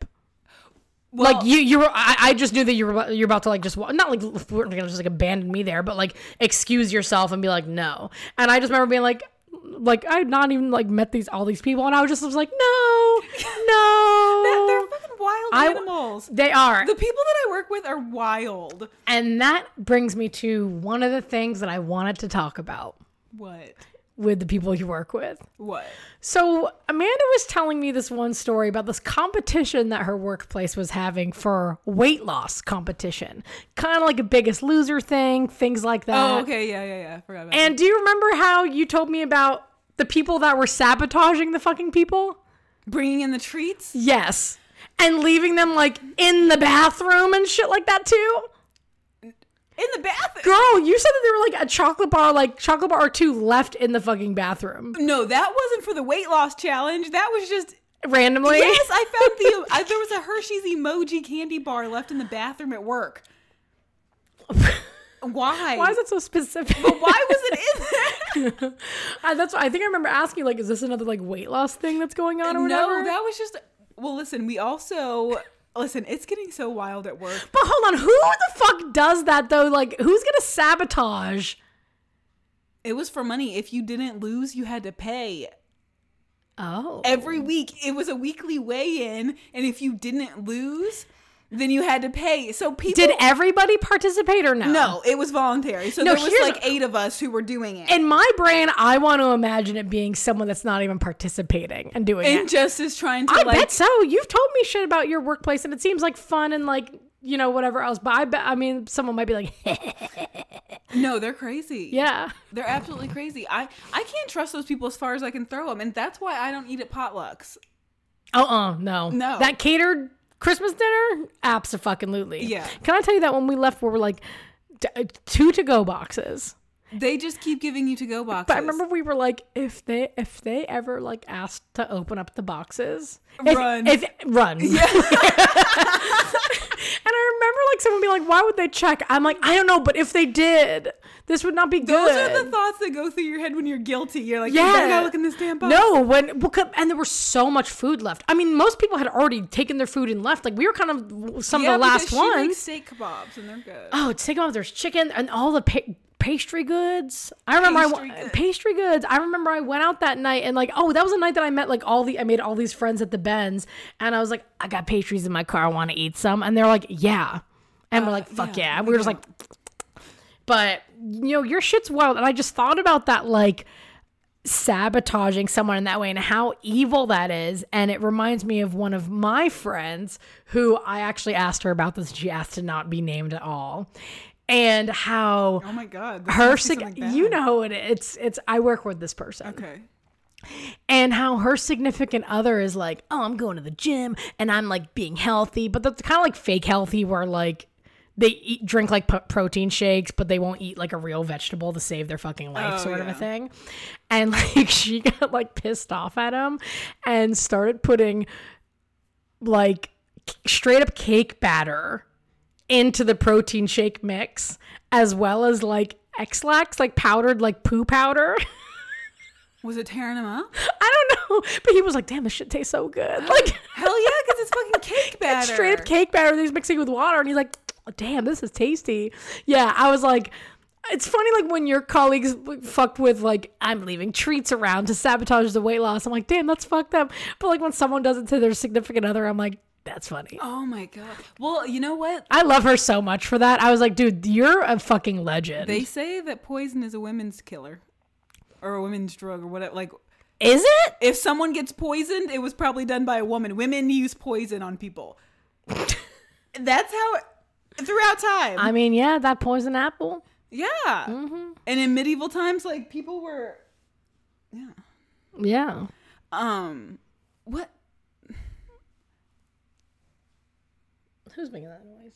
Speaker 1: like
Speaker 2: Well-
Speaker 1: you, you were. I, I just knew that you were. about- You're about to like just wa- not like we're gonna just like abandon me there, but like excuse yourself and be like no. And I just remember being like, like I had not even like met these all these people, and I was just was like no, no.
Speaker 2: They're- they're fucking wild
Speaker 1: I-
Speaker 2: animals.
Speaker 1: They are.
Speaker 2: the people that I work with are wild.
Speaker 1: and that brings me to one of the things that I wanted to talk about
Speaker 2: What?
Speaker 1: with the people you work with.
Speaker 2: What?
Speaker 1: So, Amanda was telling me this one story about this competition that her workplace was having for weight loss competition, kind of like a biggest loser thing, things like that.
Speaker 2: Oh, okay. Yeah, yeah, yeah. I forgot about
Speaker 1: Uh, And do you remember how you told me about the people that were sabotaging the fucking people?
Speaker 2: that. Bringing in the treats.
Speaker 1: Yes. And leaving them like in the bathroom and shit like that too?
Speaker 2: in the bathroom.
Speaker 1: Girl, you said that there were like a chocolate bar, like chocolate bar or two left in the fucking bathroom
Speaker 2: No, that wasn't for the weight loss challenge. That
Speaker 1: *laughs*
Speaker 2: was just
Speaker 1: randomly.
Speaker 2: yes. I found the I, there was a Hershey's emoji candy bar left in the bathroom at work.
Speaker 1: *laughs*
Speaker 2: Why?
Speaker 1: Why is it so specific?
Speaker 2: Why was
Speaker 1: *laughs*
Speaker 2: it in there?
Speaker 1: Uh, that's why I think I remember asking, like, is this another like weight loss thing that's going on or whatever?
Speaker 2: no, that was just. Well, listen. We also listen. It's getting so wild at work.
Speaker 1: but hold on, who the fuck does that though? Like, who's gonna sabotage?
Speaker 2: It was for money. If you didn't lose, you had to pay.
Speaker 1: Oh,
Speaker 2: Oh. Every week, it was a weekly weigh in, and if you didn't lose, then you had to pay. So people
Speaker 1: Did everybody participate or no?
Speaker 2: no, it was voluntary. So
Speaker 1: No,
Speaker 2: there was
Speaker 1: here's
Speaker 2: like eight of us who were doing it.
Speaker 1: In my brain, I want to imagine it being someone that's not even participating and doing
Speaker 2: And
Speaker 1: it.
Speaker 2: just is trying to
Speaker 1: I
Speaker 2: like
Speaker 1: bet so. You've told me shit about your workplace, and it seems like fun and like you know whatever else. But I bet I mean someone might be like, *laughs*
Speaker 2: no, they're crazy.
Speaker 1: yeah,
Speaker 2: They're absolutely crazy. I I can't trust those people as far as I can throw them, and that's why I don't eat at potlucks.
Speaker 1: uh uh no,
Speaker 2: No.
Speaker 1: that catered Christmas dinner, absolutely.
Speaker 2: Yeah.
Speaker 1: Can I tell you that when we left, where we're like d- uh, two to go boxes.
Speaker 2: They just keep giving you to go boxes.
Speaker 1: But I remember we were like, if they if they ever like asked to open up the boxes, if-
Speaker 2: Run.
Speaker 1: if run. and *laughs*
Speaker 2: *laughs*
Speaker 1: I remember like someone being like, why would they check? I'm like, I don't know, but if they did, this would not be
Speaker 2: those
Speaker 1: good.
Speaker 2: are the thoughts that go through your head when you're guilty. You're like, yeah,
Speaker 1: yeah,
Speaker 2: you better not look in this damn box.
Speaker 1: No, when because, and there was so much food left. I mean, most people had already taken their food and left. Like we were kind of some
Speaker 2: yeah,
Speaker 1: of the
Speaker 2: because
Speaker 1: last
Speaker 2: she
Speaker 1: ones.
Speaker 2: makes steak kebabs, and they're good.
Speaker 1: Oh, take off. There's chicken and all the pa- pastry goods. I remember I
Speaker 2: Pastry
Speaker 1: w-
Speaker 2: goods.
Speaker 1: pastry goods. I remember I went out that night and like, oh, that was a night that I met like all the I made all these friends at the Benz, and I was like, I got pastries in my car. I want to eat some, and they're like, yeah, and we're like, fuck yeah,
Speaker 2: Uh, yeah,
Speaker 1: and we were just like, but you know, your shit's wild, and I just thought about that like sabotaging someone in that way and how evil that is. And it reminds me of one of my friends who I actually asked her about this. She asked to not be named at all. And how
Speaker 2: Oh my god,
Speaker 1: her,
Speaker 2: sig-
Speaker 1: sig- you know, who it, it's, it's, I work with this person
Speaker 2: Okay.
Speaker 1: and how her significant other is like, oh, I'm going to the gym and I'm like being healthy, but that's kind of like fake healthy, where like they eat drink like p- protein shakes, but they won't eat like a real vegetable to save their fucking life,
Speaker 2: Oh,
Speaker 1: sort of a
Speaker 2: yeah.
Speaker 1: thing. And *laughs* like she got like pissed off at him and started putting like c- straight up cake batter into the protein shake mix, as well as like X-Lax, like powdered like poo powder. *laughs*
Speaker 2: Was it tearing them up?
Speaker 1: I don't *laughs* know, but he was like, "Damn, this shit tastes so good!" *gasps* Like
Speaker 2: *laughs* Hell yeah, because it's *laughs* fucking cake batter.
Speaker 1: *laughs* straight up cake batter that he's mixing with water, and he's like, "Damn, this is tasty." Yeah, I was like, it's funny like when your colleagues like, fucked with like, "I'm leaving treats around to sabotage the weight loss." I'm like, "Damn, that's fucked up." But like when someone does it to their significant other, I'm like, "That's funny."
Speaker 2: Oh my god. Well, you know what?
Speaker 1: I love her so much for that. I was like, "Dude, you're a fucking legend."
Speaker 2: They say that poison is a women's killer, or a women's drug, or whatever. Like,
Speaker 1: is it?
Speaker 2: if someone gets poisoned, it was probably done by a woman. Women use poison on *laughs* people. That's how throughout time.
Speaker 1: I mean, yeah, that poison apple.
Speaker 2: yeah. And in medieval times, like people were
Speaker 1: Yeah.
Speaker 2: um what
Speaker 1: Who's making that noise?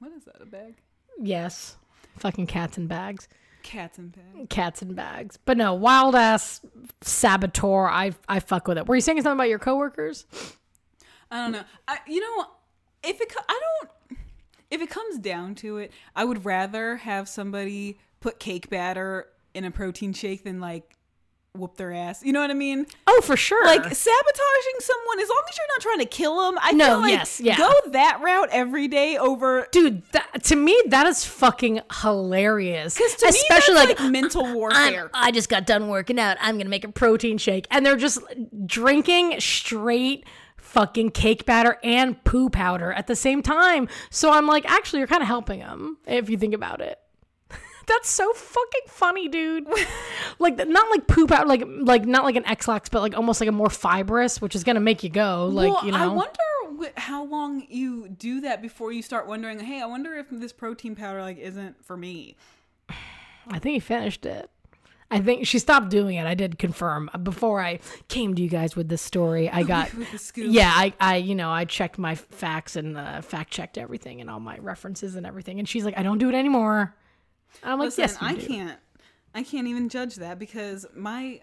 Speaker 2: what is that? A bag?
Speaker 1: Yes. Fucking cats in bags.
Speaker 2: Cats and bags.
Speaker 1: cats in bags. But no, wild ass saboteur. I I fuck with it. Were you saying something about your coworkers?
Speaker 2: I don't know. I, you know, if it, co- I don't. If it comes down to it, I would rather have somebody put cake batter in a protein shake than like whoop their ass. You know what I mean?
Speaker 1: Oh, for sure.
Speaker 2: Like sabotaging someone, as long as you're not trying to kill them, I
Speaker 1: No,
Speaker 2: feel like
Speaker 1: yes, yeah.
Speaker 2: go that route every day over.
Speaker 1: dude, that, to me that is fucking hilarious.
Speaker 2: 'cause to me,
Speaker 1: Especially
Speaker 2: that's,
Speaker 1: like.
Speaker 2: like, mental
Speaker 1: I'm,
Speaker 2: warfare.
Speaker 1: I just got done working out. I'm gonna make a protein shake, and they're just drinking straight fucking cake batter and poo powder at the same time. So I'm like, actually, you're kind of helping them if you think about it. *laughs* That's so fucking funny,
Speaker 2: *laughs*
Speaker 1: dude. like not like poop out, like like not like an X-Lax, but like almost like a more fibrous, which is gonna make you go. Like
Speaker 2: well,
Speaker 1: you know,
Speaker 2: I wonder wh- how long you do that before you start wondering. Hey, I wonder if this protein powder like isn't for me.
Speaker 1: I think he finished it. I think she stopped doing it. I did confirm before I came to you guys with this story. I got
Speaker 2: *laughs* With the scoop.
Speaker 1: yeah, I I you know I checked my facts and uh, fact checked everything and all my references and everything. And she's like, I don't do it anymore. And I'm like,
Speaker 2: Listen,
Speaker 1: yes, you
Speaker 2: I
Speaker 1: do."
Speaker 2: can't. I can't even judge that because my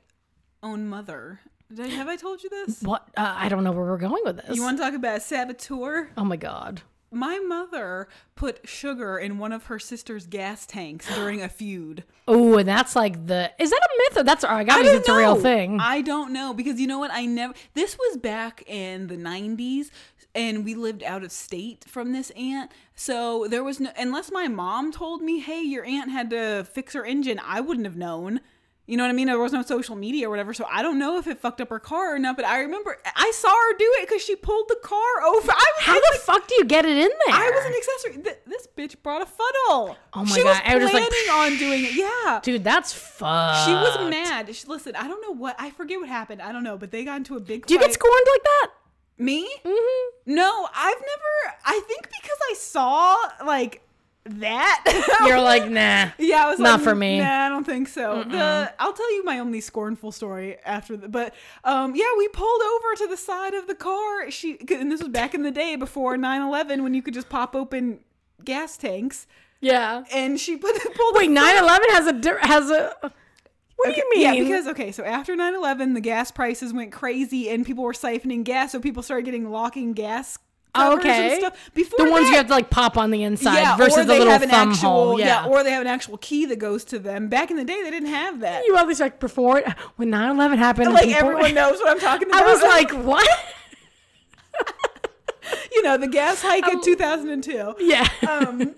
Speaker 2: own mother. Did I, have I told you this?
Speaker 1: What uh, I don't know where we're going with this.
Speaker 2: You want to talk about saboteur?
Speaker 1: oh my god.
Speaker 2: My mother put sugar in one of her sister's gas tanks during a feud.
Speaker 1: Oh, and that's like the is that a myth or that's I gotta think it's a real
Speaker 2: know.
Speaker 1: thing.
Speaker 2: I don't know because you know what? I never. This was back in the '90s, and we lived out of state from this aunt, so there was no. Unless my mom told me, "Hey, your aunt had to fix her engine," I wouldn't have known. You know what I mean? There was no social media or whatever, so I don't know if it fucked up her car or not. But I remember I saw her do it because she pulled the car over. I was,
Speaker 1: How
Speaker 2: I
Speaker 1: the
Speaker 2: was-
Speaker 1: fuck do you get it in there?
Speaker 2: I was an accessory. Th- this bitch brought a funnel.
Speaker 1: Oh my
Speaker 2: she
Speaker 1: God. I was
Speaker 2: was
Speaker 1: just like,
Speaker 2: planning on doing it. Yeah,
Speaker 1: Dude, that's fucked.
Speaker 2: she was mad. She, listen, I don't know what I forget what happened. I don't know, but they got into a big.
Speaker 1: Do you get
Speaker 2: fight.
Speaker 1: scorned like that?
Speaker 2: Me?
Speaker 1: hmm
Speaker 2: No, I've never. I think because I saw like that. *laughs*
Speaker 1: You're like, nah.
Speaker 2: Oh. Yeah, I was
Speaker 1: Not
Speaker 2: like,
Speaker 1: for me.
Speaker 2: Nah, I don't think so. The, I'll tell you my only scornful story after the. But um, yeah, we pulled over to the side of the car. She and this was back in the day before 9-11 when you could just pop open gas tanks.
Speaker 1: Yeah.
Speaker 2: And she put *laughs* pulled.
Speaker 1: Wait, 9/11 has a di- has a. What do you mean?
Speaker 2: Yeah, because okay, so after 9-11, the gas prices went crazy and people were siphoning gas, so people started getting locking gas. Covers
Speaker 1: Okay.
Speaker 2: and stuff. Before
Speaker 1: the ones
Speaker 2: that,
Speaker 1: you have to like pop on the inside versus
Speaker 2: or
Speaker 1: the
Speaker 2: they
Speaker 1: little
Speaker 2: have an
Speaker 1: thumb
Speaker 2: actual,
Speaker 1: hole. Yeah.
Speaker 2: or they have an actual key that goes to them. Back in the day, they didn't have that.
Speaker 1: you always like before it- when 9/11 happened. and
Speaker 2: like
Speaker 1: people- *laughs*
Speaker 2: everyone knows what I'm talking about.
Speaker 1: I was like, what?
Speaker 2: *laughs* you know, the gas hike in 2002.
Speaker 1: Yeah.
Speaker 2: Um,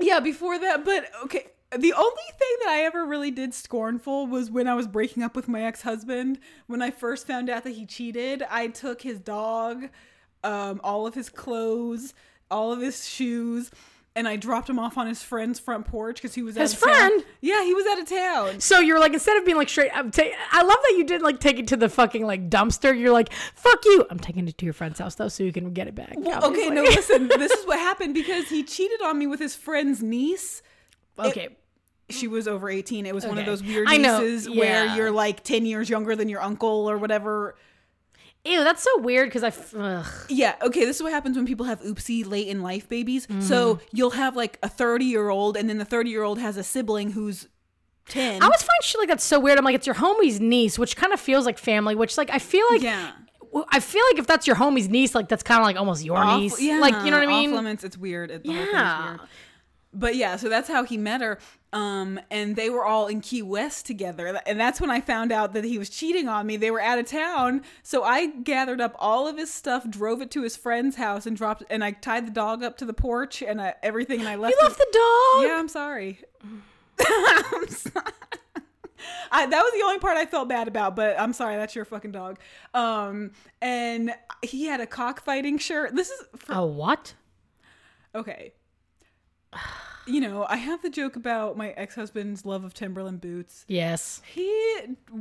Speaker 2: yeah, before that, but okay. The only thing that I ever really did scornful was when I was breaking up with my ex husband. When I first found out that he cheated, I took his dog, um, all of his clothes, all of his shoes, and I dropped him off on his friend's front porch because he was
Speaker 1: His
Speaker 2: out of town.
Speaker 1: friend?
Speaker 2: Yeah, he was out of town.
Speaker 1: so you're like instead of being like straight, I'm ta- I love that you didn't like take it to the fucking like dumpster. You're like, fuck you. I'm taking it to your friend's house though, so you can get it back.
Speaker 2: Well, okay,
Speaker 1: *laughs*
Speaker 2: no,
Speaker 1: obviously.
Speaker 2: listen. This is what happened because he cheated on me with his friend's niece.
Speaker 1: okay.
Speaker 2: She was over eighteen. It was one of
Speaker 1: Okay.
Speaker 2: those weird
Speaker 1: I know,
Speaker 2: nieces
Speaker 1: yeah.
Speaker 2: where you're like ten years younger than your uncle or whatever.
Speaker 1: Ew, that's so weird because I. f- Ugh.
Speaker 2: Yeah. Okay. This is what happens when people have oopsie late in life babies.
Speaker 1: Mm.
Speaker 2: So you'll have like a thirty year old, and then the thirty year old has a sibling who's ten.
Speaker 1: I always find shit like that's so weird. I'm like, it's your homie's niece, which kind of feels like family. Which like I feel like
Speaker 2: yeah.
Speaker 1: Well, I feel like if that's your homie's niece, like that's kind of like almost your
Speaker 2: Off-
Speaker 1: niece. Like you know what I
Speaker 2: off
Speaker 1: mean?
Speaker 2: limits. It's weird. It, the whole thing is
Speaker 1: Yeah.
Speaker 2: weird. but yeah, so that's how he met her. Um, and they were all in Key West together. And that's when I found out that he was cheating on me. They were out of town. So I gathered up all of his stuff, drove it to his friend's house, and dropped, and I tied the dog up to the porch and I, everything. And I left,
Speaker 1: You left the dog.
Speaker 2: Yeah, I'm sorry. *laughs* I'm sorry. I, that was the only part I felt bad about, but I'm sorry, that's your fucking dog. Um, and he had a cockfighting shirt. This is for
Speaker 1: A what?
Speaker 2: Okay. You know, I have the joke about my ex husband's love of Timberland boots.
Speaker 1: Yes.
Speaker 2: He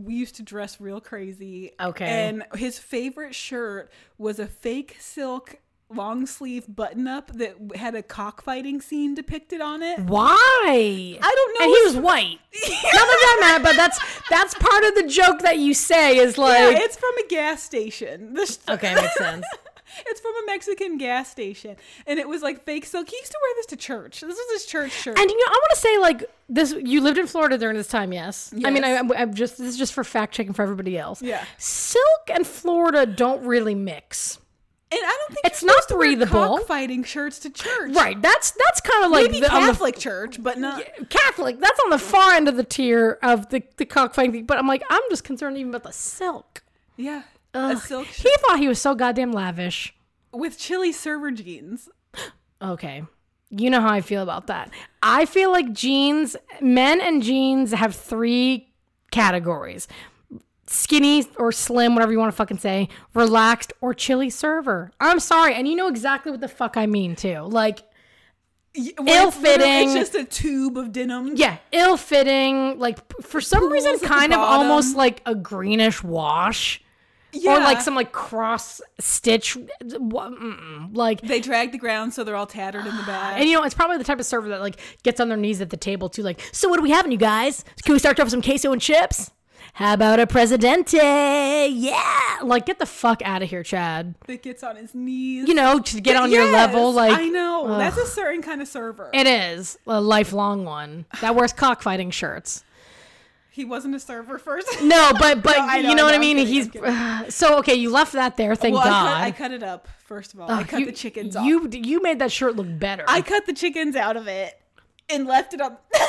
Speaker 2: used to dress real crazy.
Speaker 1: Okay.
Speaker 2: And his favorite shirt was a fake silk long sleeve button up that had a cockfighting scene depicted on it.
Speaker 1: Why? I
Speaker 2: don't know
Speaker 1: And he was
Speaker 2: what's-
Speaker 1: *laughs* white. Not that that mattered, but that's that's part of the joke that you say is
Speaker 2: Yeah,
Speaker 1: like.
Speaker 2: it's from a gas station. *laughs* This
Speaker 1: *laughs* okay, makes sense.
Speaker 2: It's from a Mexican gas station. And it was like fake silk. He used to wear this to church. This was his church shirt.
Speaker 1: And you know, I want to say like this. You lived in Florida during this time, yes. I mean, I,
Speaker 2: Yes.
Speaker 1: I'm just this is just for fact checking for everybody else.
Speaker 2: Yeah.
Speaker 1: Silk and Florida don't really mix.
Speaker 2: and I don't think
Speaker 1: It's
Speaker 2: you're supposed
Speaker 1: not
Speaker 2: to wear
Speaker 1: breathable.
Speaker 2: cockfighting shirts to church.
Speaker 1: Right. That's that's kind of like
Speaker 2: Maybe
Speaker 1: the, on the
Speaker 2: Catholic church, but not.
Speaker 1: Catholic. That's on the far end of the tier of the, the cockfighting thing. But I'm like, I'm just concerned even about the silk.
Speaker 2: Yeah. A silk shirt
Speaker 1: He thought he was so goddamn lavish.
Speaker 2: with chili server jeans.
Speaker 1: Okay. You know how I feel about that. I feel like jeans, men and jeans have three categories skinny or slim, whatever you want to fucking say, relaxed or chilly server. I'm sorry. And you know exactly what the fuck I mean, too. Like,
Speaker 2: Y- where it's literally-
Speaker 1: Ill-fitting.
Speaker 2: It's just a tube of denim.
Speaker 1: Yeah, ill fitting. Like p- for some reason,
Speaker 2: at the
Speaker 1: kind of
Speaker 2: bottom.
Speaker 1: almost like a greenish wash, or like some like cross stitch. wha- mm-mm, Like,
Speaker 2: They drag the ground, so they're all
Speaker 1: *sighs*
Speaker 2: tattered in the back.
Speaker 1: and you know, it's probably the type of server that like gets on their knees at the table too. Like, so what do we having, you guys? Can we start off with some queso and chips? How about a presidente? Yeah, like get the fuck out of here, Chad.
Speaker 2: That gets on his knees.
Speaker 1: You know, to get on your
Speaker 2: Yes,
Speaker 1: level, like
Speaker 2: I know that's a certain kind of server.
Speaker 1: it is a lifelong one that wears cockfighting shirts.
Speaker 2: he wasn't a server first. *laughs*
Speaker 1: No, but but
Speaker 2: I
Speaker 1: you
Speaker 2: know,
Speaker 1: know what I
Speaker 2: I know, I'm
Speaker 1: mean.
Speaker 2: kidding,
Speaker 1: He's
Speaker 2: I'm
Speaker 1: *sighs*
Speaker 2: kidding.
Speaker 1: so okay. You left that there. Thank
Speaker 2: well,
Speaker 1: God.
Speaker 2: I, cut, I cut it up first of all. I cut
Speaker 1: you,
Speaker 2: the chickens off.
Speaker 1: You you made that shirt look better.
Speaker 2: I cut the chickens out of it and left it up. *laughs*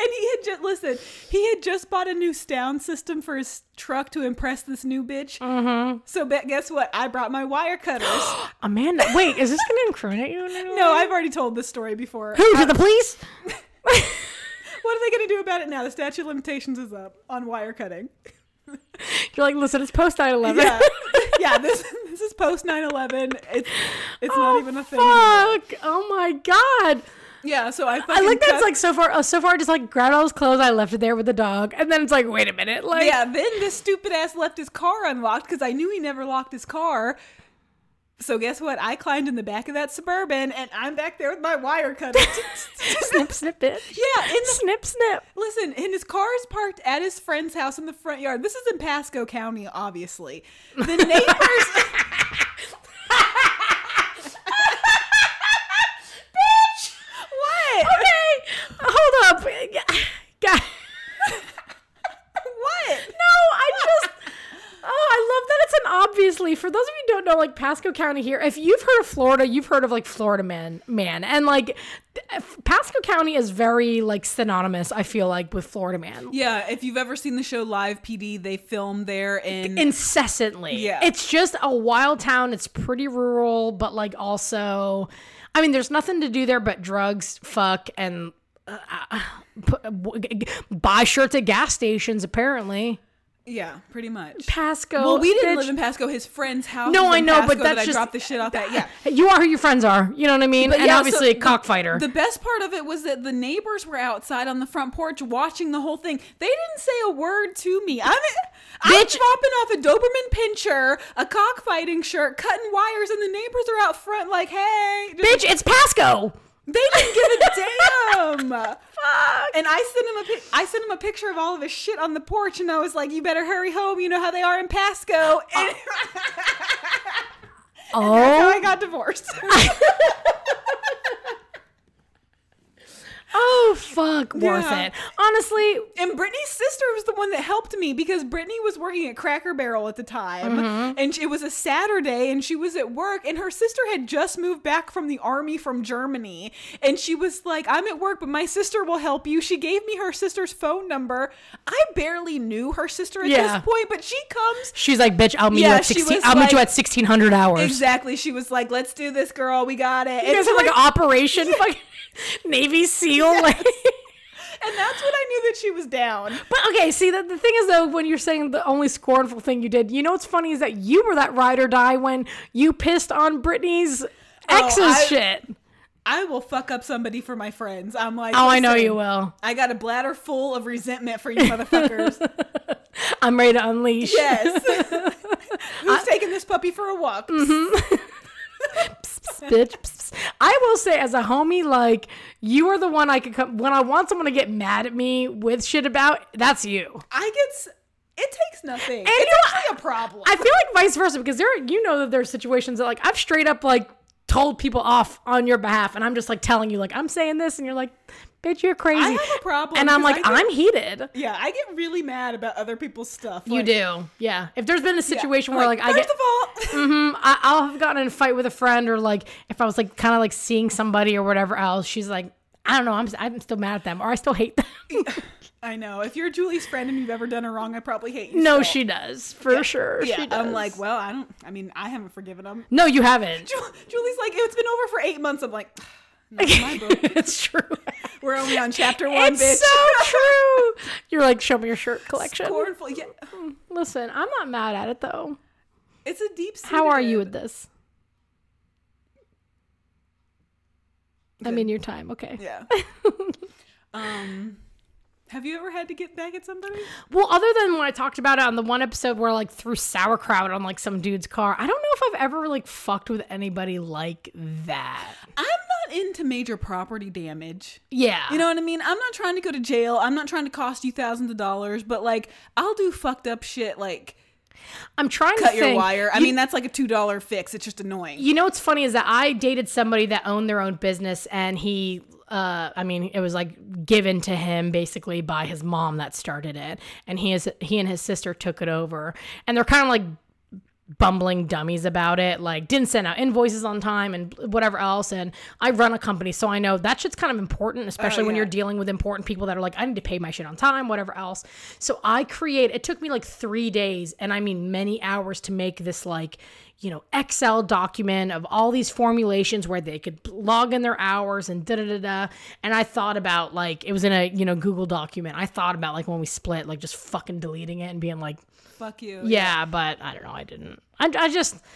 Speaker 2: and he had just listen. He had just bought a new sound system for his truck to impress this new bitch.
Speaker 1: Mm-hmm.
Speaker 2: So be- guess what? I brought my wire cutters. *gasps*
Speaker 1: Amanda, wait, is this gonna incriminate you? in any way?
Speaker 2: no, I've already told this story before.
Speaker 1: Who to the police?
Speaker 2: they going to do about it now? The statute of limitations is up on wire cutting.
Speaker 1: You're like, listen, it's post 9 11. *laughs*
Speaker 2: Yeah, yeah. This *laughs* this is post 9-11. It's it's not even a thing. anymore.
Speaker 1: Oh, Fuck! Oh my god!
Speaker 2: Yeah. So I
Speaker 1: I
Speaker 2: fucking
Speaker 1: like that
Speaker 2: cut-
Speaker 1: it's like so far. Oh, so far, I just like grabbed all his clothes. I left it there with the dog, and then it's like, wait a minute,
Speaker 2: *laughs*
Speaker 1: like
Speaker 2: yeah. Then this stupid ass left his car unlocked because I knew he never locked his car. So guess what? I climbed in the back of that suburban, and I'm back there with my wire *laughs* cutting.
Speaker 1: *laughs* snip, snip it.
Speaker 2: yeah, in the
Speaker 1: snip, snip.
Speaker 2: Listen, and his car is parked at his friend's house in the front yard. This is in Pasco County, obviously. *laughs* The neighbors.
Speaker 1: Bitch.
Speaker 2: what?
Speaker 1: Okay, hold up, guy.
Speaker 2: What?
Speaker 1: No, I just. *laughs* Oh, I love that it's an obviously. For those of you who don't know, like Pasco County here, if you've heard of Florida, you've heard of like Florida man, man, and like th- if- Pasco County is very like synonymous. I feel like with Florida man.
Speaker 2: Yeah, if you've ever seen the show Live PD, they film there and.
Speaker 1: incessantly.
Speaker 2: Yeah.
Speaker 1: It's just a wild town. It's pretty rural, but like also, I mean, there's nothing to do there but drugs, fuck, and uh, uh, put, w- g- g- buy shirts at gas stations, apparently.
Speaker 2: yeah, pretty much.
Speaker 1: Pasco.
Speaker 2: well, we didn't
Speaker 1: bitch.
Speaker 2: live in Pasco. His friend's house.
Speaker 1: No,
Speaker 2: was
Speaker 1: I
Speaker 2: in
Speaker 1: know, but
Speaker 2: Pasco that
Speaker 1: that's
Speaker 2: I
Speaker 1: just-
Speaker 2: dropped the shit off at. Yeah.
Speaker 1: You are who your friends are. You know what I mean? and
Speaker 2: yeah,
Speaker 1: obviously,
Speaker 2: so
Speaker 1: a cockfighter.
Speaker 2: The best part of it was that the neighbors were outside on the front porch watching the whole thing. They didn't say a word to me. I'm, I'm
Speaker 1: Bitch.
Speaker 2: dropping off a Doberman pincher, a cockfighting shirt, cutting wires, and the neighbors are out front like, hey. Just-
Speaker 1: bitch, it's Pasco.
Speaker 2: They didn't give a damn. And I sent him a pic- I sent him a picture of all of his shit on the porch, and I was like, "You better hurry home. You know how they are in Pasco." And
Speaker 1: Oh,
Speaker 2: I got divorced. *laughs*
Speaker 1: oh, fuck, worth
Speaker 2: Yeah.
Speaker 1: it. Honestly,
Speaker 2: And Brittany's sister was the one that helped me because Brittany was working at Cracker Barrel at the time.
Speaker 1: Mm-hmm.
Speaker 2: And it was a Saturday and she was at work and her sister had just moved back from the army from Germany. And she was like, I'm at work, but my sister will help you. She gave me her sister's phone number. I barely knew her sister at
Speaker 1: Yeah.
Speaker 2: this point, but she comes.
Speaker 1: she's like, bitch, I'll meet you
Speaker 2: Yeah,
Speaker 1: at
Speaker 2: she
Speaker 1: 16.
Speaker 2: was
Speaker 1: I'll meet you
Speaker 2: like-
Speaker 1: at 1600 hours.
Speaker 2: Exactly. She was like, let's do this, girl. We got it.
Speaker 1: You guys
Speaker 2: And,
Speaker 1: have like an operation fucking *laughs* Navy SEAL. Like, *laughs*
Speaker 2: and that's when I knew that she was down.
Speaker 1: but okay, see that the thing is though, when you're saying the only scornful thing you did, you know what's funny is that you were that ride or die when you pissed on Britney's ex's
Speaker 2: Oh, I-
Speaker 1: shit.
Speaker 2: I will fuck up somebody for my friends. I'm like,
Speaker 1: Oh, I know
Speaker 2: "Listen,
Speaker 1: you will.
Speaker 2: I got a bladder full of resentment for you motherfuckers.
Speaker 1: *laughs* I'm ready to unleash. *laughs*
Speaker 2: yes. Who's taking this puppy for a walk?
Speaker 1: Mm-hmm. bitch. Psst, psst. I will say, as a homie, like you are the one I could come when I want someone to get mad at me with shit about. That's you.
Speaker 2: I get. s- It takes nothing.
Speaker 1: you
Speaker 2: it's
Speaker 1: know,
Speaker 2: actually a problem.
Speaker 1: I feel like vice versa because there, you know, that there's situations that like I've straight up like told people off on your behalf, and I'm just like telling you like I'm saying this, and you're like, bitch, you're crazy.
Speaker 2: I have a problem
Speaker 1: and I'm
Speaker 2: because
Speaker 1: like,
Speaker 2: I get-
Speaker 1: I'm heated.
Speaker 2: yeah, I get really mad about other people's stuff.
Speaker 1: You
Speaker 2: like-
Speaker 1: do, yeah. If there's been a
Speaker 2: yeah.
Speaker 1: situation where like, I
Speaker 2: first
Speaker 1: get,
Speaker 2: of all,
Speaker 1: Mhm, I, I'll have gotten in a fight with a friend, or like if I was like kind of like seeing somebody or whatever else, she's like, I don't know, I'm I'm still mad at them, or I still hate them.
Speaker 2: *laughs* I know if you're Julie's friend and you've ever done her wrong, I probably hate you.
Speaker 1: no,
Speaker 2: still.
Speaker 1: she does for sure.
Speaker 2: Yeah,
Speaker 1: she does.
Speaker 2: I'm like, well, I don't. I mean, I haven't forgiven him.
Speaker 1: no, you
Speaker 2: *laughs*
Speaker 1: haven't.
Speaker 2: Ju- Julie's like, it's been over for eight months. I'm like, *sighs* not in
Speaker 1: *laughs*
Speaker 2: my book.
Speaker 1: it's true.
Speaker 2: We're only on chapter one,
Speaker 1: it's
Speaker 2: bitch. *laughs*
Speaker 1: so true. You're like, show me your shirt collection.
Speaker 2: Scornful. Yeah,
Speaker 1: Listen, I'm not mad at it though.
Speaker 2: it's a deep.
Speaker 1: How are you with this? I
Speaker 2: Good.
Speaker 1: mean, your time. Okay.
Speaker 2: Yeah.
Speaker 1: *laughs*
Speaker 2: um, have you ever had to get back at somebody?
Speaker 1: Well, other than when I talked about it on the one episode where I, like threw sauerkraut on like some dude's car, I don't know if I've ever like fucked with anybody like that.
Speaker 2: I'm not into major property damage.
Speaker 1: Yeah.
Speaker 2: You know what I mean? I'm not trying to go to jail. I'm not trying to cost you thousands of dollars, but like I'll do fucked up shit like
Speaker 1: I'm trying
Speaker 2: cut
Speaker 1: to
Speaker 2: your
Speaker 1: think.
Speaker 2: wire. I
Speaker 1: You-
Speaker 2: mean, that's like a $2 fix. It's just annoying.
Speaker 1: You know what's funny is that I dated somebody that owned their own business and he uh I mean it was like given to him basically by his mom that started it and he is he and his sister took it over and they're kind of like bumbling dummies about it like didn't send out invoices on time and whatever else and I run a company so I know that shit's kind of important especially when
Speaker 2: yeah.
Speaker 1: you're dealing with important people that are like I need to pay my shit on time whatever else so I create it took me like 3 days and I mean many hours to make this like you know, Excel document of all these formulations where they could log in their hours and da da da da. And I thought about like it was in a you know Google document. I thought about like when we split, like just fucking deleting it and being like,
Speaker 2: Fuck you.
Speaker 1: yeah, but I don't know, I didn't. I I just. *sighs*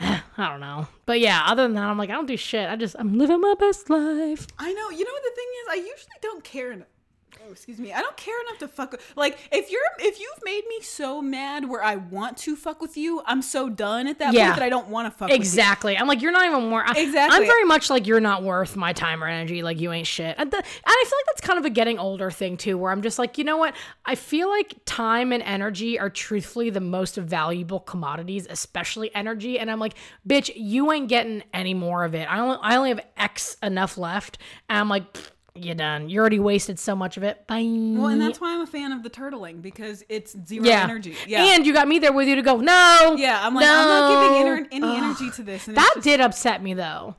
Speaker 1: I don't know. But yeah, other than that, I'm like, I don't do shit. I just, I'm living my best life.
Speaker 2: I know. You know what the thing is? I usually don't care enough. Oh, excuse me. I don't care enough to fuck. With, like if you're if you've made me so mad where I want to fuck with you, I'm so done at that
Speaker 1: Yeah.
Speaker 2: point that I don't want to fuck. with you.
Speaker 1: Exactly. I'm like, you're not even worth.
Speaker 2: Exactly.
Speaker 1: I'm very much like, you're not worth my time or energy. Like, you ain't shit. And, the, and I feel like that's kind of a getting older thing, too, where I'm just like, you know what? I feel like time and energy are truthfully the most valuable commodities, especially energy. And I'm like, bitch, you ain't getting any more of it. I only, I only have X enough left. And I'm like, pfft, you're done. You already wasted so much of it. Bye.
Speaker 2: Well, and that's why I'm a fan of the turtling because it's zero
Speaker 1: yeah.
Speaker 2: energy. Yeah.
Speaker 1: And you got me there with you to go, no.
Speaker 2: yeah. I'm like I'm not
Speaker 1: no.
Speaker 2: giving inter- any energy to this. And it's
Speaker 1: That did upset me though.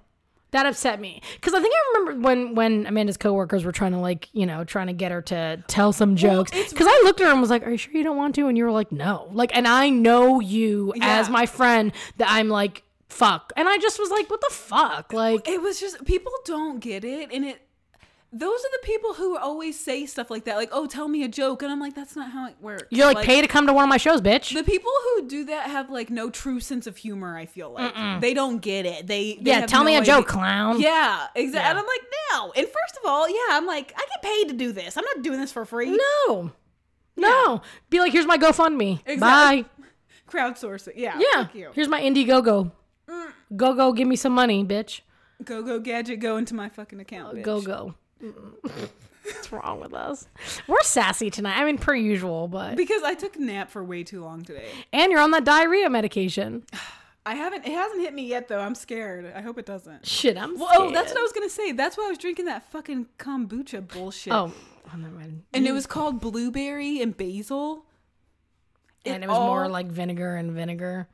Speaker 1: That upset me because I think I remember when when Amanda's coworkers were trying to like you know trying to get her to tell some jokes
Speaker 2: it's-
Speaker 1: because I looked at her and was like, "Are you sure you don't want to?" And you were like, "No." Like, and I know you as
Speaker 2: Yeah.
Speaker 1: my friend that I'm like, "Fuck," and I just was like, "What the fuck?" Like,
Speaker 2: it was just people don't get it and it those are the people who always say stuff like that like oh tell me a joke and i'm like that's not how it works
Speaker 1: you're like, pay to come to one of my shows, bitch.
Speaker 2: the people who do that have like no true sense of humor i feel like they don't get it they, they
Speaker 1: yeah,
Speaker 2: have
Speaker 1: tell
Speaker 2: no
Speaker 1: me a
Speaker 2: idea-
Speaker 1: joke, clown.
Speaker 2: yeah exactly and i'm like no and first of all yeah i'm like i get paid to do this i'm not doing this for free
Speaker 1: No, no. Be like, here's my GoFundMe.
Speaker 2: Exactly.
Speaker 1: Bye.
Speaker 2: crowdsourcing yeah
Speaker 1: Yeah.
Speaker 2: fuck you. Mm.
Speaker 1: Here's my Indiegogo. Go go, give me some money, bitch.
Speaker 2: go go gadget go into my fucking account bitch.
Speaker 1: Go go. What's wrong with us? We're sassy tonight. I mean, per usual, but
Speaker 2: because i took a nap for way too long today
Speaker 1: and you're on that diarrhea medication.
Speaker 2: i haven't it hasn't hit me yet though i'm scared i hope it doesn't
Speaker 1: Shit, I'm. Scared.
Speaker 2: Oh, that's what I was gonna say. That's why I was drinking that fucking kombucha bullshit.
Speaker 1: Oh, oh, never mind.
Speaker 2: and it was called blueberry and basil.
Speaker 1: and it was
Speaker 2: all-
Speaker 1: more like vinegar and vinegar.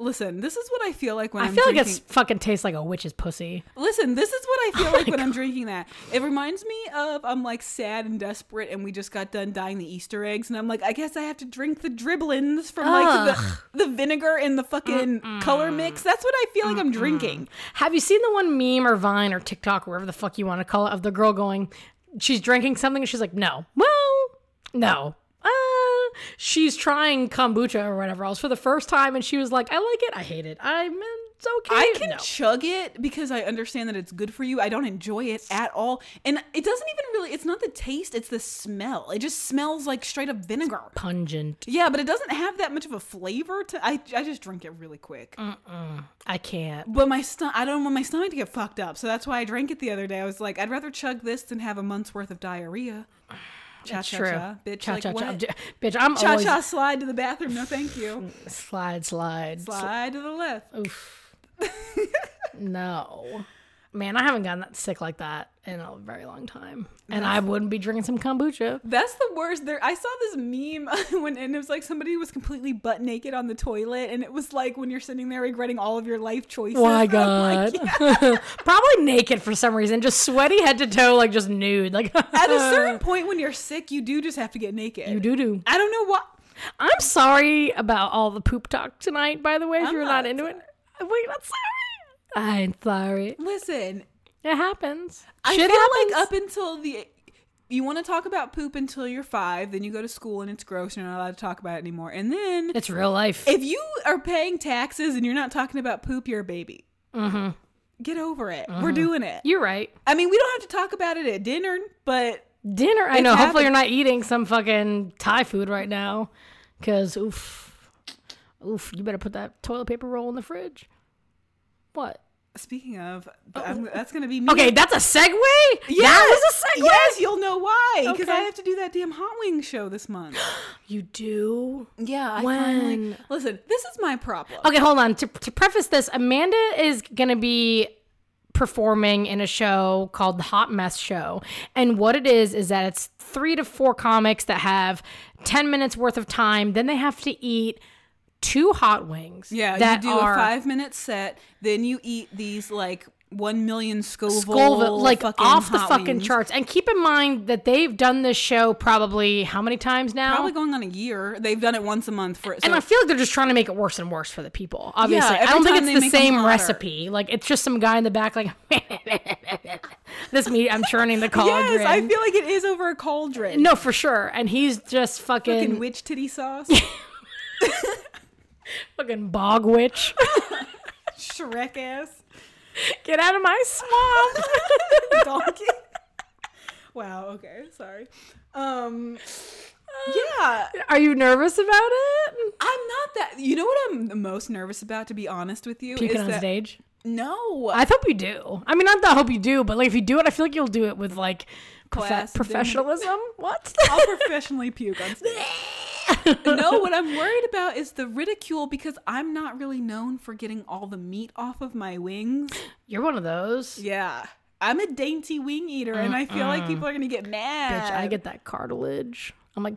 Speaker 2: Listen, this is what I feel like when
Speaker 1: I
Speaker 2: am
Speaker 1: feel like
Speaker 2: drinking.
Speaker 1: it's fucking tastes like a witch's pussy.
Speaker 2: Listen, this is what I feel like when I'm drinking that. It reminds me of I'm like sad and desperate, and we just got done dyeing the Easter eggs, and I'm like, I guess I have to drink the dribblings from like the, the vinegar and the fucking color mix. That's what I feel like I'm drinking.
Speaker 1: Have you seen the one meme or Vine or TikTok, wherever the fuck you want to call it, of the girl going, she's drinking something and she's like, no, well, no. Uh, she's trying kombucha or whatever else for the first time, and she was like, I like it, I hate it, I'm it's okay.
Speaker 2: I can
Speaker 1: No.
Speaker 2: chug it because I understand that it's good for you. I don't enjoy it at all. And it doesn't even really, it's not the taste, it's the smell. It just smells like straight up vinegar.
Speaker 1: pungent.
Speaker 2: Yeah, but it doesn't have that much of a flavor to I I just drink it really quick.
Speaker 1: I can't.
Speaker 2: But my stomach I don't want my stomach to get fucked up. So that's why I drank it the other day. I was like, I'd rather chug this than have a month's worth
Speaker 1: *sighs*
Speaker 2: of diarrhea. Cha cha
Speaker 1: True.
Speaker 2: cha. Bitch
Speaker 1: Cha
Speaker 2: like
Speaker 1: cha cha.
Speaker 2: what?
Speaker 1: J- Bitch, I'm
Speaker 2: Cha
Speaker 1: always Mm,
Speaker 2: cha slide to the bathroom. No thank you.
Speaker 1: slide, slide, slide.
Speaker 2: Slide to the left. *laughs*
Speaker 1: No. Man, I haven't gotten that sick like that in a very long time. And I wouldn't be drinking some
Speaker 2: *laughs*
Speaker 1: kombucha.
Speaker 2: That's the worst. There, I saw this meme *laughs* when, and it was like somebody was completely butt naked on the toilet, and it was like when you're sitting there regretting all of your life choices.
Speaker 1: Why *laughs*
Speaker 2: I'm
Speaker 1: God?
Speaker 2: like, yeah.
Speaker 1: *laughs* Probably naked for some reason, just sweaty head to toe, like just nude, like *laughs*
Speaker 2: At a certain point, when you're sick, you do just have to get naked.
Speaker 1: you do do.
Speaker 2: I don't know why.
Speaker 1: I'm sorry about all the poop talk tonight. By the way, if
Speaker 2: I'm
Speaker 1: you're not,
Speaker 2: not
Speaker 1: into it, we're not sorry. I'm sorry.
Speaker 2: Listen,
Speaker 1: It happens.
Speaker 2: I
Speaker 1: Shit
Speaker 2: feel
Speaker 1: happens.
Speaker 2: like up until the. You want to talk about poop until you're five, then you go to school and it's gross, and you're not allowed to talk about it anymore. And then,
Speaker 1: it's real life.
Speaker 2: if you are paying taxes and you're not talking about poop, you're a baby. Mm-hmm. Get over it. We're doing it.
Speaker 1: you're right.
Speaker 2: I mean, we don't have to talk about it at dinner, but
Speaker 1: Dinner. I know. Hopefully,
Speaker 2: happened.
Speaker 1: you're not eating some fucking Thai food right now, because oof, oof. You better put that toilet paper roll in the fridge. What?
Speaker 2: speaking of, I'm, that's going to be me.
Speaker 1: Oh. Okay, that's a segue. Yeah, that was a segue.
Speaker 2: Yes, you'll know why. Because I
Speaker 1: Okay.
Speaker 2: have to do that damn hot wing show
Speaker 1: *gasps*
Speaker 2: this month.
Speaker 1: You do.
Speaker 2: yeah, I
Speaker 1: finally-
Speaker 2: Listen, this is my problem.
Speaker 1: Okay, hold on. To, to preface this, Amanda is going to be performing in a show called The Hot Mess Show. And what it is, is that it's three to four comics that have 10 minutes worth of time. Then they have to eat two hot wings.
Speaker 2: Yeah,
Speaker 1: that
Speaker 2: you do
Speaker 1: are,
Speaker 2: a five minute set, then you eat these like one million Scoville,
Speaker 1: Scoville, like
Speaker 2: fucking
Speaker 1: off the
Speaker 2: Hot
Speaker 1: fucking
Speaker 2: Wings.
Speaker 1: charts. And keep in mind that they've done this show probably how many times now?
Speaker 2: Probably going on a year. They've done it once a month for so
Speaker 1: and I feel like they're just trying to make it worse and worse for the people. Obviously, I
Speaker 2: every
Speaker 1: don't
Speaker 2: time
Speaker 1: think
Speaker 2: they
Speaker 1: it's the
Speaker 2: make 'em
Speaker 1: same
Speaker 2: hotter.
Speaker 1: recipe. Like it's just some guy in the back, like *laughs* this meat. I'm churning the cauldron.
Speaker 2: Yes, I feel like it is over a cauldron.
Speaker 1: no, for sure. And he's just fucking
Speaker 2: Fucking
Speaker 1: fucking,
Speaker 2: witch
Speaker 1: *laughs*
Speaker 2: titty sauce,
Speaker 1: bog
Speaker 2: *laughs*
Speaker 1: witch.
Speaker 2: Shrek ass
Speaker 1: Get out of my swamp. *laughs*
Speaker 2: donkey. *laughs* wow. Okay. Sorry. Um. Yeah,
Speaker 1: Are you nervous about it?
Speaker 2: I'm not that. You know what I'm the most nervous about, to be honest with you,
Speaker 1: Puking
Speaker 2: is
Speaker 1: on
Speaker 2: that
Speaker 1: stage.
Speaker 2: no
Speaker 1: I hope you do. I mean, not that I hope you do, but like if you do it, I feel like you'll do it with like profe-
Speaker 2: Class and- *laughs*
Speaker 1: professionalism. What?
Speaker 2: I'll professionally puke on stage.
Speaker 1: *laughs*
Speaker 2: no, what I'm worried about is the ridicule because I'm not really known for getting all the meat off of my wings.
Speaker 1: You're one of those.
Speaker 2: Yeah. I'm a dainty wing eater and I feel like people are going to get mad.
Speaker 1: bitch, I get that cartilage. I'm like,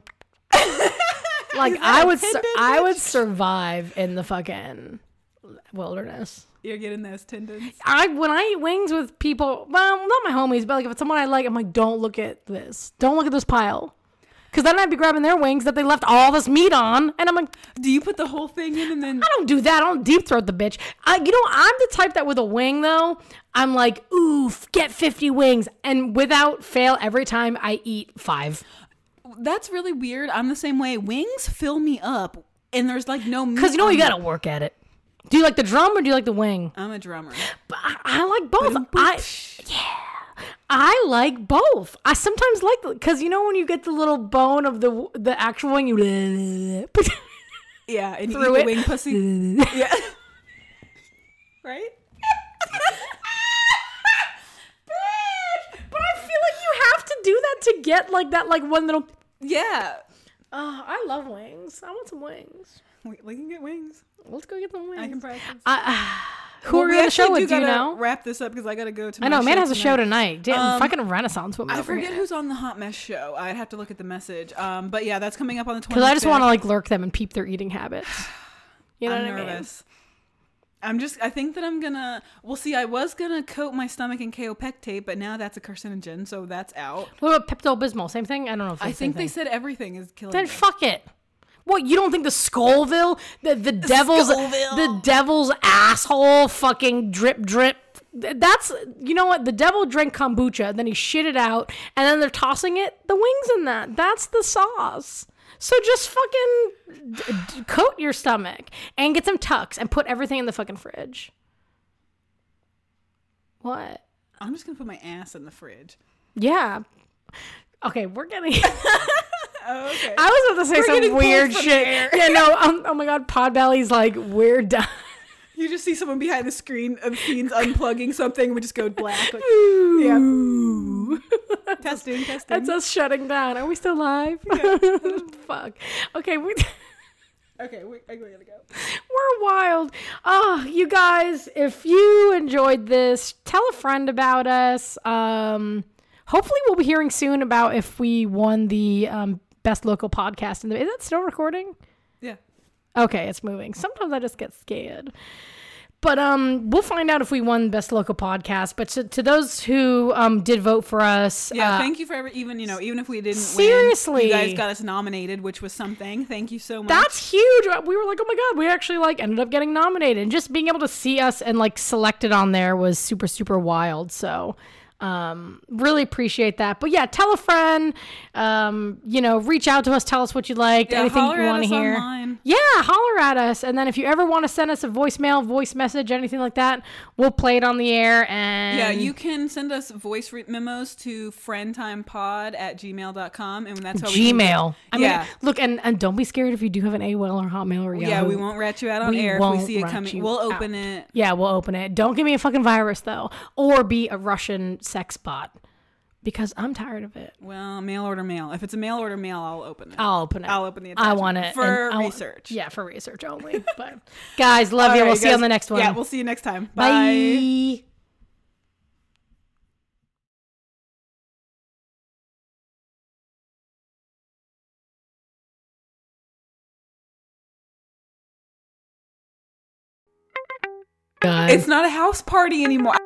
Speaker 1: like I would, sur-
Speaker 2: tendon,
Speaker 1: I would survive in the fucking wilderness.
Speaker 2: You're getting those tendons.
Speaker 1: I when I eat wings with people, well, not my homies, but like if it's someone I like, I'm like, don't look at this, don't look at this pile, because then I'd be grabbing their wings that they left all this meat on, and I'm like,
Speaker 2: Do you put the whole thing in
Speaker 1: *laughs*
Speaker 2: and then
Speaker 1: I don't do that. I don't deep throat the bitch. I, you know, I'm the type that with a wing though, I'm like, ooh, f- get 50 wings, and without fail, every time I eat five.
Speaker 2: that's really weird. I'm the same way. Wings fill me up and there's like no meat.
Speaker 1: Because you know,
Speaker 2: on
Speaker 1: you
Speaker 2: them.
Speaker 1: gotta work at it. Do you like the drum or do you like the wing?
Speaker 2: I'm a drummer.
Speaker 1: But I, I like both. I, yeah. I like both. I sometimes like because you know when you get the little bone of the the actual wing, you *laughs*
Speaker 2: Yeah, and you eat
Speaker 1: Through
Speaker 2: the
Speaker 1: it.
Speaker 2: wing
Speaker 1: *laughs*
Speaker 2: pussy. yeah. *laughs* right?
Speaker 1: but I feel like you have to do that to get like that like one little.
Speaker 2: Yeah.
Speaker 1: Oh, I love wings. I want some wings.
Speaker 2: We, we can get wings.
Speaker 1: Let's go get them wings. uh,
Speaker 2: I can practice.
Speaker 1: Who are
Speaker 2: We
Speaker 1: you on the show
Speaker 2: actually
Speaker 1: with? Do you
Speaker 2: gotta
Speaker 1: know?
Speaker 2: Wrap this up because I gotta go to.
Speaker 1: I know. Man has a show tonight.
Speaker 2: tonight.
Speaker 1: Damn, fucking renaissance woman.
Speaker 2: Um, I
Speaker 1: over here.
Speaker 2: forget who's on the hot mess show. I'd have to look at the message. Um, but yeah, that's coming up on the twenty.
Speaker 1: Because I just want to like lurk them and peep their eating habits. *sighs* You know
Speaker 2: I'm
Speaker 1: what I mean?
Speaker 2: nervous. I'm just. I think that I'm gonna. Well, see, I was gonna coat my stomach in kaopectate, but now that's a carcinogen, so that's out.
Speaker 1: What about Pepto Bismol? Same thing? I don't know if
Speaker 2: I
Speaker 1: it's the same
Speaker 2: think they
Speaker 1: thing.
Speaker 2: said everything is killing.
Speaker 1: Then
Speaker 2: me.
Speaker 1: fuck it. What you don't think the Scoville, the the devil's
Speaker 2: Scoville.
Speaker 1: the devil's asshole, fucking drip drip. Th- That's you know what the devil drank kombucha, then he shit it out, and then they're tossing it the wings in that. That's the sauce. So just fucking d- d- coat your stomach and get some tucks and put everything in the fucking fridge. What?
Speaker 2: I'm just gonna put my ass in the fridge.
Speaker 1: Yeah. Okay, we're getting. *laughs*
Speaker 2: Oh, okay.
Speaker 1: I was about to say
Speaker 2: getting
Speaker 1: some
Speaker 2: pulled
Speaker 1: weird
Speaker 2: from
Speaker 1: shit. Yeah, no. Um, oh my god, Podbelly's like we're done.
Speaker 2: you just see someone behind the screen of scenes unplugging something. We just go
Speaker 1: *laughs*
Speaker 2: black. Like, *laughs* testing, testing.
Speaker 1: *laughs* That's us shutting down. Are we still live? *laughs* Fuck. Okay, we. *laughs*
Speaker 2: okay, we, I gotta go.
Speaker 1: We're wild. Oh, you guys, if you enjoyed this, tell a friend about us. Um, hopefully, we'll be hearing soon about if we won the um, best local podcast. In the, is that still recording?
Speaker 2: Yeah.
Speaker 1: Okay, it's moving. Sometimes I just get scared. But um, we'll find out if we won best local podcast. But to, to those who um did vote for us,
Speaker 2: Yeah,
Speaker 1: uh,
Speaker 2: thank you for every, even you know even if we didn't win,
Speaker 1: Seriously.
Speaker 2: you guys got us nominated, which was something. Thank you so much.
Speaker 1: that's huge. We were like, oh my god, we actually like ended up getting nominated, and just being able to see us and like selected on there was super super wild. So. Um, really appreciate that. But yeah, tell a friend. Um, you know, reach out to us. Tell us what you liked.
Speaker 2: yeah,
Speaker 1: anything
Speaker 2: holler
Speaker 1: you
Speaker 2: at
Speaker 1: want to
Speaker 2: us
Speaker 1: hear.
Speaker 2: online.
Speaker 1: Yeah, holler at us. And then if you ever want to send us a voicemail, voice message, anything like that, we'll play it on the air. And
Speaker 2: Yeah, you can send us voice re- memos to friendtimepod at gmail.com and that's how we can-
Speaker 1: Gmail. I
Speaker 2: Yeah.
Speaker 1: mean, look, and, and don't be scared if you do have an AOL or Hotmail or Yahoo.
Speaker 2: yeah, we won't rat you out on
Speaker 1: We
Speaker 2: air if
Speaker 1: won't
Speaker 2: we see it
Speaker 1: rat
Speaker 2: coming.
Speaker 1: you
Speaker 2: We'll
Speaker 1: out.
Speaker 2: open it.
Speaker 1: Yeah, we'll open it. Don't give me a fucking virus though, or be a Russian sex bot, because I'm tired of it.
Speaker 2: Well, mail order mail. If it's a mail order mail, I'll open it.
Speaker 1: I'll open it.
Speaker 2: I'll open the
Speaker 1: I
Speaker 2: attachment
Speaker 1: want it
Speaker 2: for
Speaker 1: and I want-
Speaker 2: research.
Speaker 1: yeah, for research only. But
Speaker 2: *laughs*
Speaker 1: guys, love
Speaker 2: All
Speaker 1: you.
Speaker 2: right,
Speaker 1: We'll see you
Speaker 2: guys.
Speaker 1: on the next one.
Speaker 2: Yeah, we'll see you next time. Bye.
Speaker 1: Bye. Guys. *laughs*
Speaker 2: It's not a house party anymore.